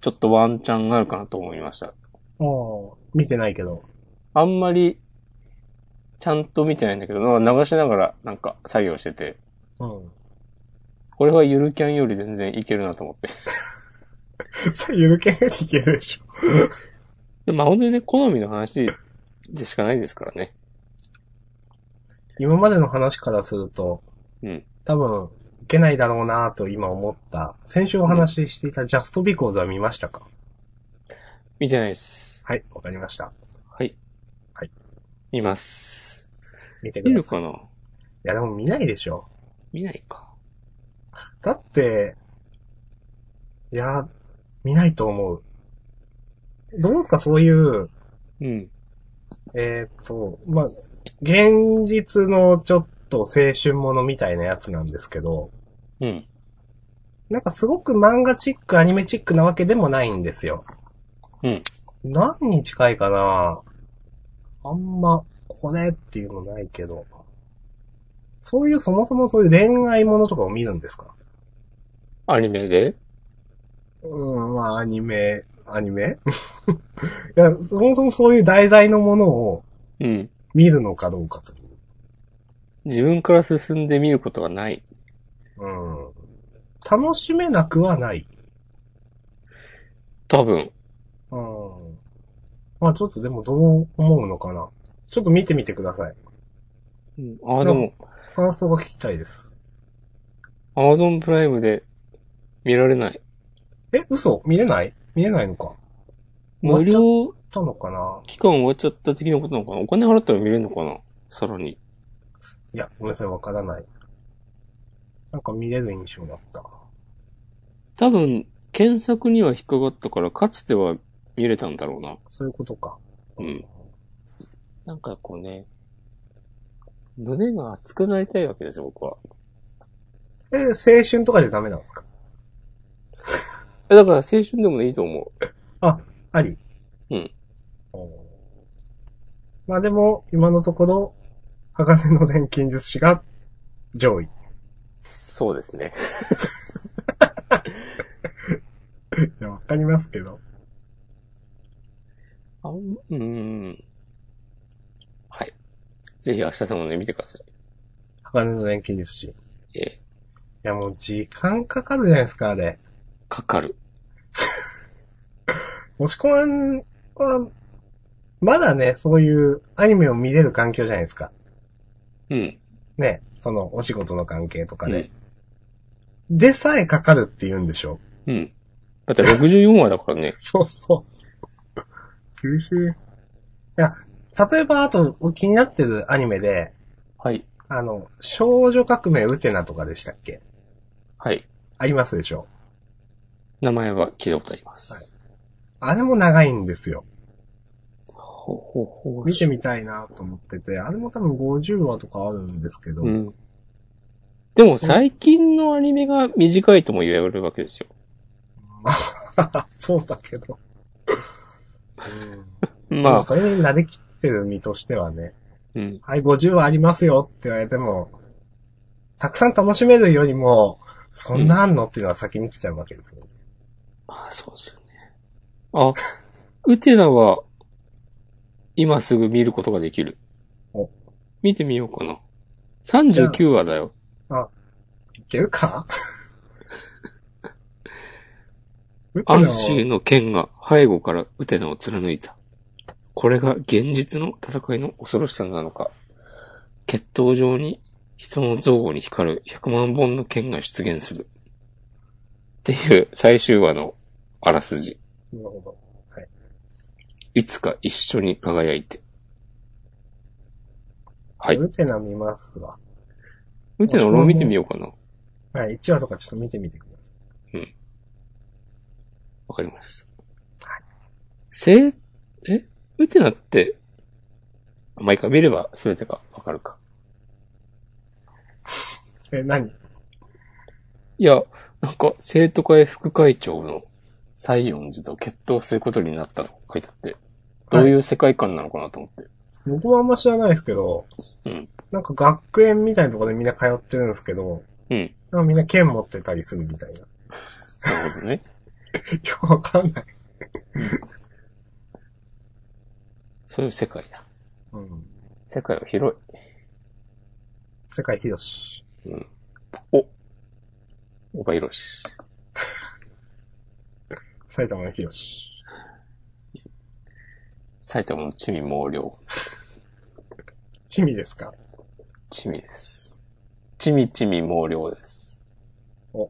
[SPEAKER 2] ちょっとワンチャンがあるかなと思いました。
[SPEAKER 1] ああ、見てないけど。
[SPEAKER 2] あんまり、ちゃんと見てないんだけど、なんか流しながらなんか作業してて、
[SPEAKER 1] うん。
[SPEAKER 2] これはゆるキャンより全然いけるなと思って。
[SPEAKER 1] さ、ゆるキャンよりいけるでしょ。
[SPEAKER 2] でまあ本当にね、好みの話でしかないですからね。
[SPEAKER 1] 今までの話からすると、
[SPEAKER 2] うん。
[SPEAKER 1] 多分、いけないだろうなと今思った。先週お話ししていたジャストビコーズは見ましたか
[SPEAKER 2] 見てないです。
[SPEAKER 1] はい、わかりました。
[SPEAKER 2] はい。
[SPEAKER 1] はい。
[SPEAKER 2] 見ます。
[SPEAKER 1] 見て
[SPEAKER 2] 見
[SPEAKER 1] くだ
[SPEAKER 2] る
[SPEAKER 1] さい。
[SPEAKER 2] か
[SPEAKER 1] い
[SPEAKER 2] な
[SPEAKER 1] や、でも見ないでしょ。
[SPEAKER 2] 見ないか。
[SPEAKER 1] だって、いや、見ないと思う。どうですか、そういう、
[SPEAKER 2] うん。
[SPEAKER 1] えーっと、まあ、現実のちょっと青春ものみたいなやつなんですけど、
[SPEAKER 2] うん。
[SPEAKER 1] なんかすごく漫画チック、アニメチックなわけでもないんですよ。
[SPEAKER 2] うん。
[SPEAKER 1] 何に近いかなあんま、これっていうのないけど。そういう、そもそもそういう恋愛ものとかを見るんですか
[SPEAKER 2] アニメで
[SPEAKER 1] うん、まあ、アニメ、アニメ いや、そもそもそういう題材のものを
[SPEAKER 2] うん。
[SPEAKER 1] 見るのかどうかという。
[SPEAKER 2] 自分から進んで見ることがない。
[SPEAKER 1] うん。楽しめなくはない。
[SPEAKER 2] 多分。
[SPEAKER 1] うん。まあちょっとでもどう思うのかな。ちょっと見てみてください。
[SPEAKER 2] うん、ああ、でも、
[SPEAKER 1] 感想が聞きたいです。
[SPEAKER 2] アマゾンプライムで見られない。
[SPEAKER 1] え、嘘見れない見れないのか。
[SPEAKER 2] 無料
[SPEAKER 1] 見たのかな
[SPEAKER 2] 期間終わっちゃった的なことなのかなお金払ったら見れるのかなさらに。
[SPEAKER 1] いや、ごめんなさい、わからない。なんか見れる印象だった。
[SPEAKER 2] 多分、検索には引っかかったから、かつては見れたんだろうな。
[SPEAKER 1] そういうことか。
[SPEAKER 2] うん。なんかこうね、胸が熱くなりたいわけですよ、僕は。
[SPEAKER 1] え、青春とかじゃダメなんですか
[SPEAKER 2] えだから青春でもいいと思う。
[SPEAKER 1] あり
[SPEAKER 2] うん。
[SPEAKER 1] おーまあでも、今のところ、鋼の錬金術師が上位。
[SPEAKER 2] そうですね。
[SPEAKER 1] いや、わかりますけど。
[SPEAKER 2] あんうーん。はい。ぜひ明日様ね、見てくださ
[SPEAKER 1] 鋼の錬金術師。
[SPEAKER 2] い。え
[SPEAKER 1] いや、もう時間かかるじゃないですか、あれ。
[SPEAKER 2] ーかかる。
[SPEAKER 1] 押し込まんは、まだね、そういうアニメを見れる環境じゃないですか。
[SPEAKER 2] うん。
[SPEAKER 1] ね、そのお仕事の関係とか
[SPEAKER 2] う
[SPEAKER 1] で
[SPEAKER 2] ん。。
[SPEAKER 1] でさえかかるって言うんでしょ。。
[SPEAKER 2] うん。だって64話だからね
[SPEAKER 1] そうそう。 厳しい。いや、例えば、あと、気になってるアニメで、
[SPEAKER 2] はい。
[SPEAKER 1] あの、少女革命ウテナとかでしたっけ
[SPEAKER 2] はい。
[SPEAKER 1] ありますでしょ
[SPEAKER 2] 名前は聞いたことあります。
[SPEAKER 1] あれも長いんですよ。
[SPEAKER 2] ほうほうほう
[SPEAKER 1] 見てみたいなと思ってて、あれも多分50話とかあるんですけど、
[SPEAKER 2] うん。でも最近のアニメが短いとも言えるわけですよ。
[SPEAKER 1] そうだけど。ま
[SPEAKER 2] ま
[SPEAKER 1] あ、
[SPEAKER 2] あ、
[SPEAKER 1] それに慣れきってる身としてはね、
[SPEAKER 2] うん。
[SPEAKER 1] はい、50はありますよって言われても、たくさん楽しめるよりも、そんなあんのっていうのは先に来ちゃうわけですよね。
[SPEAKER 2] まあ、そうですよね。あ、ウテナは、今すぐ見ることができる
[SPEAKER 1] お。
[SPEAKER 2] 見てみようかな。39話だよ。
[SPEAKER 1] いける かウテ
[SPEAKER 2] ア
[SPEAKER 1] ナ
[SPEAKER 2] ン
[SPEAKER 1] は
[SPEAKER 2] シーの剣が背後からウテナを貫いた。これが現実の戦いの恐ろしさなのか。決闘場に人の憎悪に光る100万本の剣が出現する。っていう最終話のあらすじ。
[SPEAKER 1] なるほど。
[SPEAKER 2] いつか一緒に輝いて。はい。
[SPEAKER 1] ウテナ見ますわ。
[SPEAKER 2] うちの俺も見てみようかな。
[SPEAKER 1] はい、1話とかちょっと見てみてください。
[SPEAKER 2] わかりました。
[SPEAKER 1] はい
[SPEAKER 2] せい、えウテナって、まあ、いいか、見れば全てがわかるか。
[SPEAKER 1] え、何
[SPEAKER 2] いや、なんか、生徒会副会長の西園寺と決闘することになったと書いてあって、どういう世界観なのかなと思って。
[SPEAKER 1] 僕もあんま知らないですけど、
[SPEAKER 2] うん。
[SPEAKER 1] なんか学園みたいなところでみんな通ってるんですけど、
[SPEAKER 2] うん。
[SPEAKER 1] なんかみんな剣持ってたりするみたいな。よ
[SPEAKER 2] なるほど ね。
[SPEAKER 1] くわかんない。
[SPEAKER 2] そういう世界だ。
[SPEAKER 1] うん。
[SPEAKER 2] 世界は広い。
[SPEAKER 1] 世界広し。
[SPEAKER 2] うん。お。おばひろし。
[SPEAKER 1] 埼玉の広し。
[SPEAKER 2] 埼玉の地味毛量。
[SPEAKER 1] 趣味ですか
[SPEAKER 2] 地味です。地味地味毛量です。
[SPEAKER 1] お。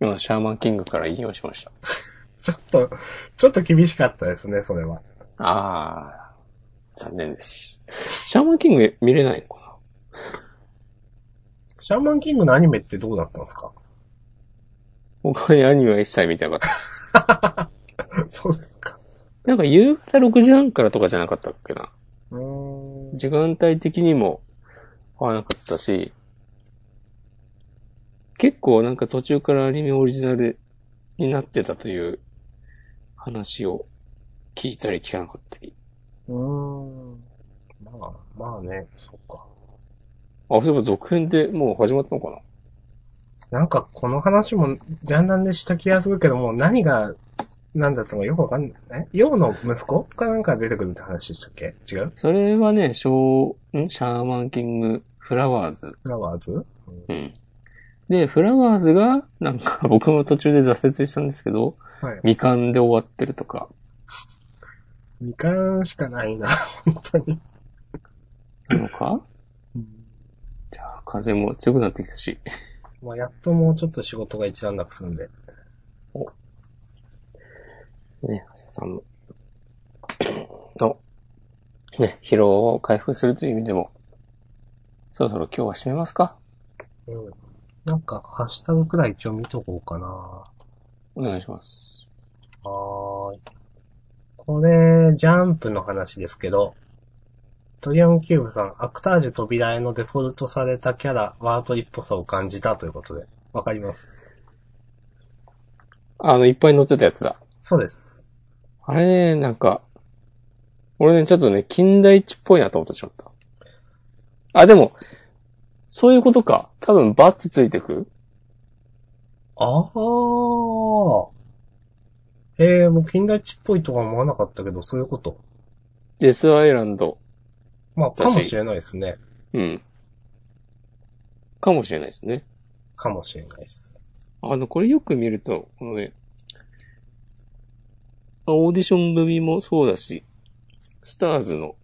[SPEAKER 2] 今、シャーマンキングから引用しました。
[SPEAKER 1] ちょっと、ちょっと厳しかったですね、それは。
[SPEAKER 2] あー。残念です。シャーマンキング見れないのか
[SPEAKER 1] シャーマンキングのアニメってどうだったんですか
[SPEAKER 2] な他にアニメは一切見てなかった。
[SPEAKER 1] そうですか。
[SPEAKER 2] なんか夕方6時半からとかじゃなかったっけな。
[SPEAKER 1] うーん。
[SPEAKER 2] 時間帯的にも合わなかったし、結構なんか途中からアニメオリジナルになってたという話を聞いたり聞かなかったり。
[SPEAKER 1] うーん。まあ、まあね、そっか。
[SPEAKER 2] あ、そういえば続編でもう始まったのかな
[SPEAKER 1] なんかこの話も、ジャンダンでした気がするけども、何が、なんだったのかよくわかんない。えヨウの息子かなんか出てくるって話でしたっけ違う
[SPEAKER 2] それはね、ショー、んシャーマンキング、フラワーズ。
[SPEAKER 1] フラワーズ
[SPEAKER 2] うん。で、フラワーズが、なんか僕も途中で挫折したんですけど、
[SPEAKER 1] はい。
[SPEAKER 2] 未完で終わってるとか、
[SPEAKER 1] みかんしかない な、本当に。
[SPEAKER 2] なのかじゃあ、風も強くなってきたし。
[SPEAKER 1] まあ、やっともうちょっと仕事が一段落するんで。
[SPEAKER 2] ね、橋田さんも。と、ね、疲労を回復するという意味でも、そろそろ今日は締めますか
[SPEAKER 1] うん。なんか、ハッシュタグくらい一応見とこうかな。
[SPEAKER 2] お願いします。
[SPEAKER 1] はーい。これ、ジャンプの話ですけど、トリオンキューブさん、アクタージュ扉絵のデフォルトされたキャラ、ワートリっぽさを感じたということで、わかります。
[SPEAKER 2] あの、いっぱい載ってたやつだ。
[SPEAKER 1] そうです。
[SPEAKER 2] あれね、なんか、俺ね、ちょっとね、近代一っぽいなと思ってしまった。あ、でも、そういうことか。多分、バッツついてく
[SPEAKER 1] あー。えー、もう近代地っぽいとは思わなかったけど、そういうこと。
[SPEAKER 2] デスアイランド。
[SPEAKER 1] まあ、かもしれないですね。
[SPEAKER 2] うん。かもしれないですね。
[SPEAKER 1] かもしれないです。
[SPEAKER 2] あの、これよく見ると、このね、オーディション組もそうだし、スターズの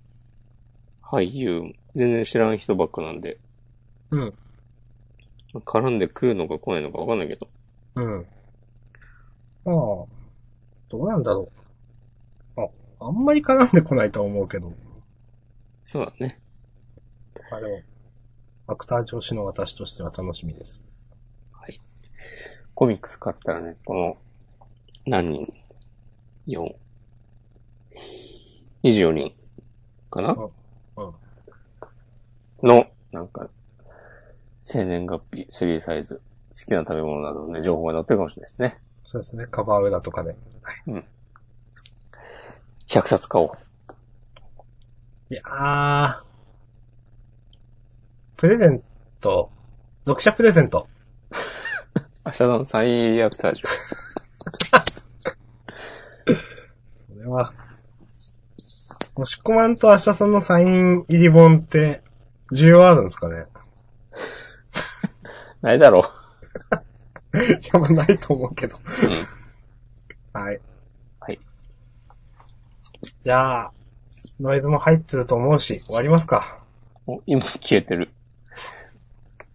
[SPEAKER 2] 俳優、全然知らん人ばっかなんで、
[SPEAKER 1] うん。
[SPEAKER 2] 絡んでくるのか来ないのかわかんないけど、
[SPEAKER 1] うん。まあ、どうなんだろう。あ、あんまり絡んでこないとは思うけど。
[SPEAKER 2] そうだね。
[SPEAKER 1] まあでも、アクター上司の私としては楽しみです。
[SPEAKER 2] コミックス買ったらね、この、何人 ?4。24人かな
[SPEAKER 1] うん。
[SPEAKER 2] の、なんか、生年月日、スリーサイズ、好きな食べ物などのね、情報が載ってるかもしれないですね。
[SPEAKER 1] そうですね。カバーウェだとかで。はい、
[SPEAKER 2] 100冊買おう。
[SPEAKER 1] いやー。プレゼント、読者プレゼント。
[SPEAKER 2] 明日のサインアクタージュ。
[SPEAKER 1] これは、もしこまんと明日さんのサイン入り本って、需要あるんですかね
[SPEAKER 2] ないだろ
[SPEAKER 1] いや、まあないと思うけど。
[SPEAKER 2] う。うん。
[SPEAKER 1] はい。
[SPEAKER 2] はい。
[SPEAKER 1] じゃあ、ノイズも入ってると思うし、終わりますか。
[SPEAKER 2] お今消えてる。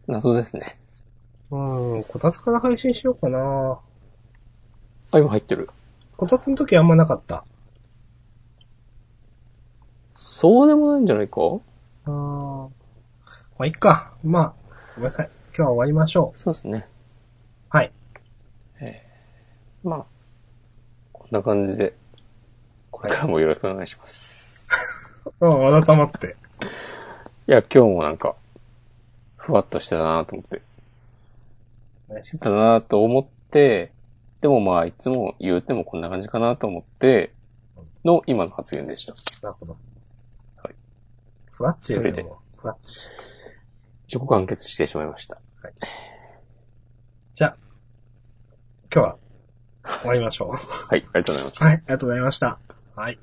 [SPEAKER 2] 謎ですね。
[SPEAKER 1] うん、こたつから配信しようかな。
[SPEAKER 2] あ、今入ってる。
[SPEAKER 1] こたつの時あんまなかった。
[SPEAKER 2] そうでもないんじゃないか
[SPEAKER 1] あーまあ、いっか。まあ、ごめんなさい。今日は終わりましょう。
[SPEAKER 2] そうですね。
[SPEAKER 1] はい。
[SPEAKER 2] まあ、こんな感じで、これからもよろしくお願いします。
[SPEAKER 1] うん、わだたま って。
[SPEAKER 2] いや、今日もなんか、ふわっとしてたなと思って、たなと思って、でもまあ、いつも言うてもこんな感じかなと思って、の今の発言でした。
[SPEAKER 1] なるほど。
[SPEAKER 2] はい。
[SPEAKER 1] ふわっちです
[SPEAKER 2] それで
[SPEAKER 1] よ、もうふわっち。
[SPEAKER 2] 自己完結してしまいました。
[SPEAKER 1] じゃあ、今日は終わりましょう。
[SPEAKER 2] はい、ありがとうございました。
[SPEAKER 1] はい、ありがとうございました。はい。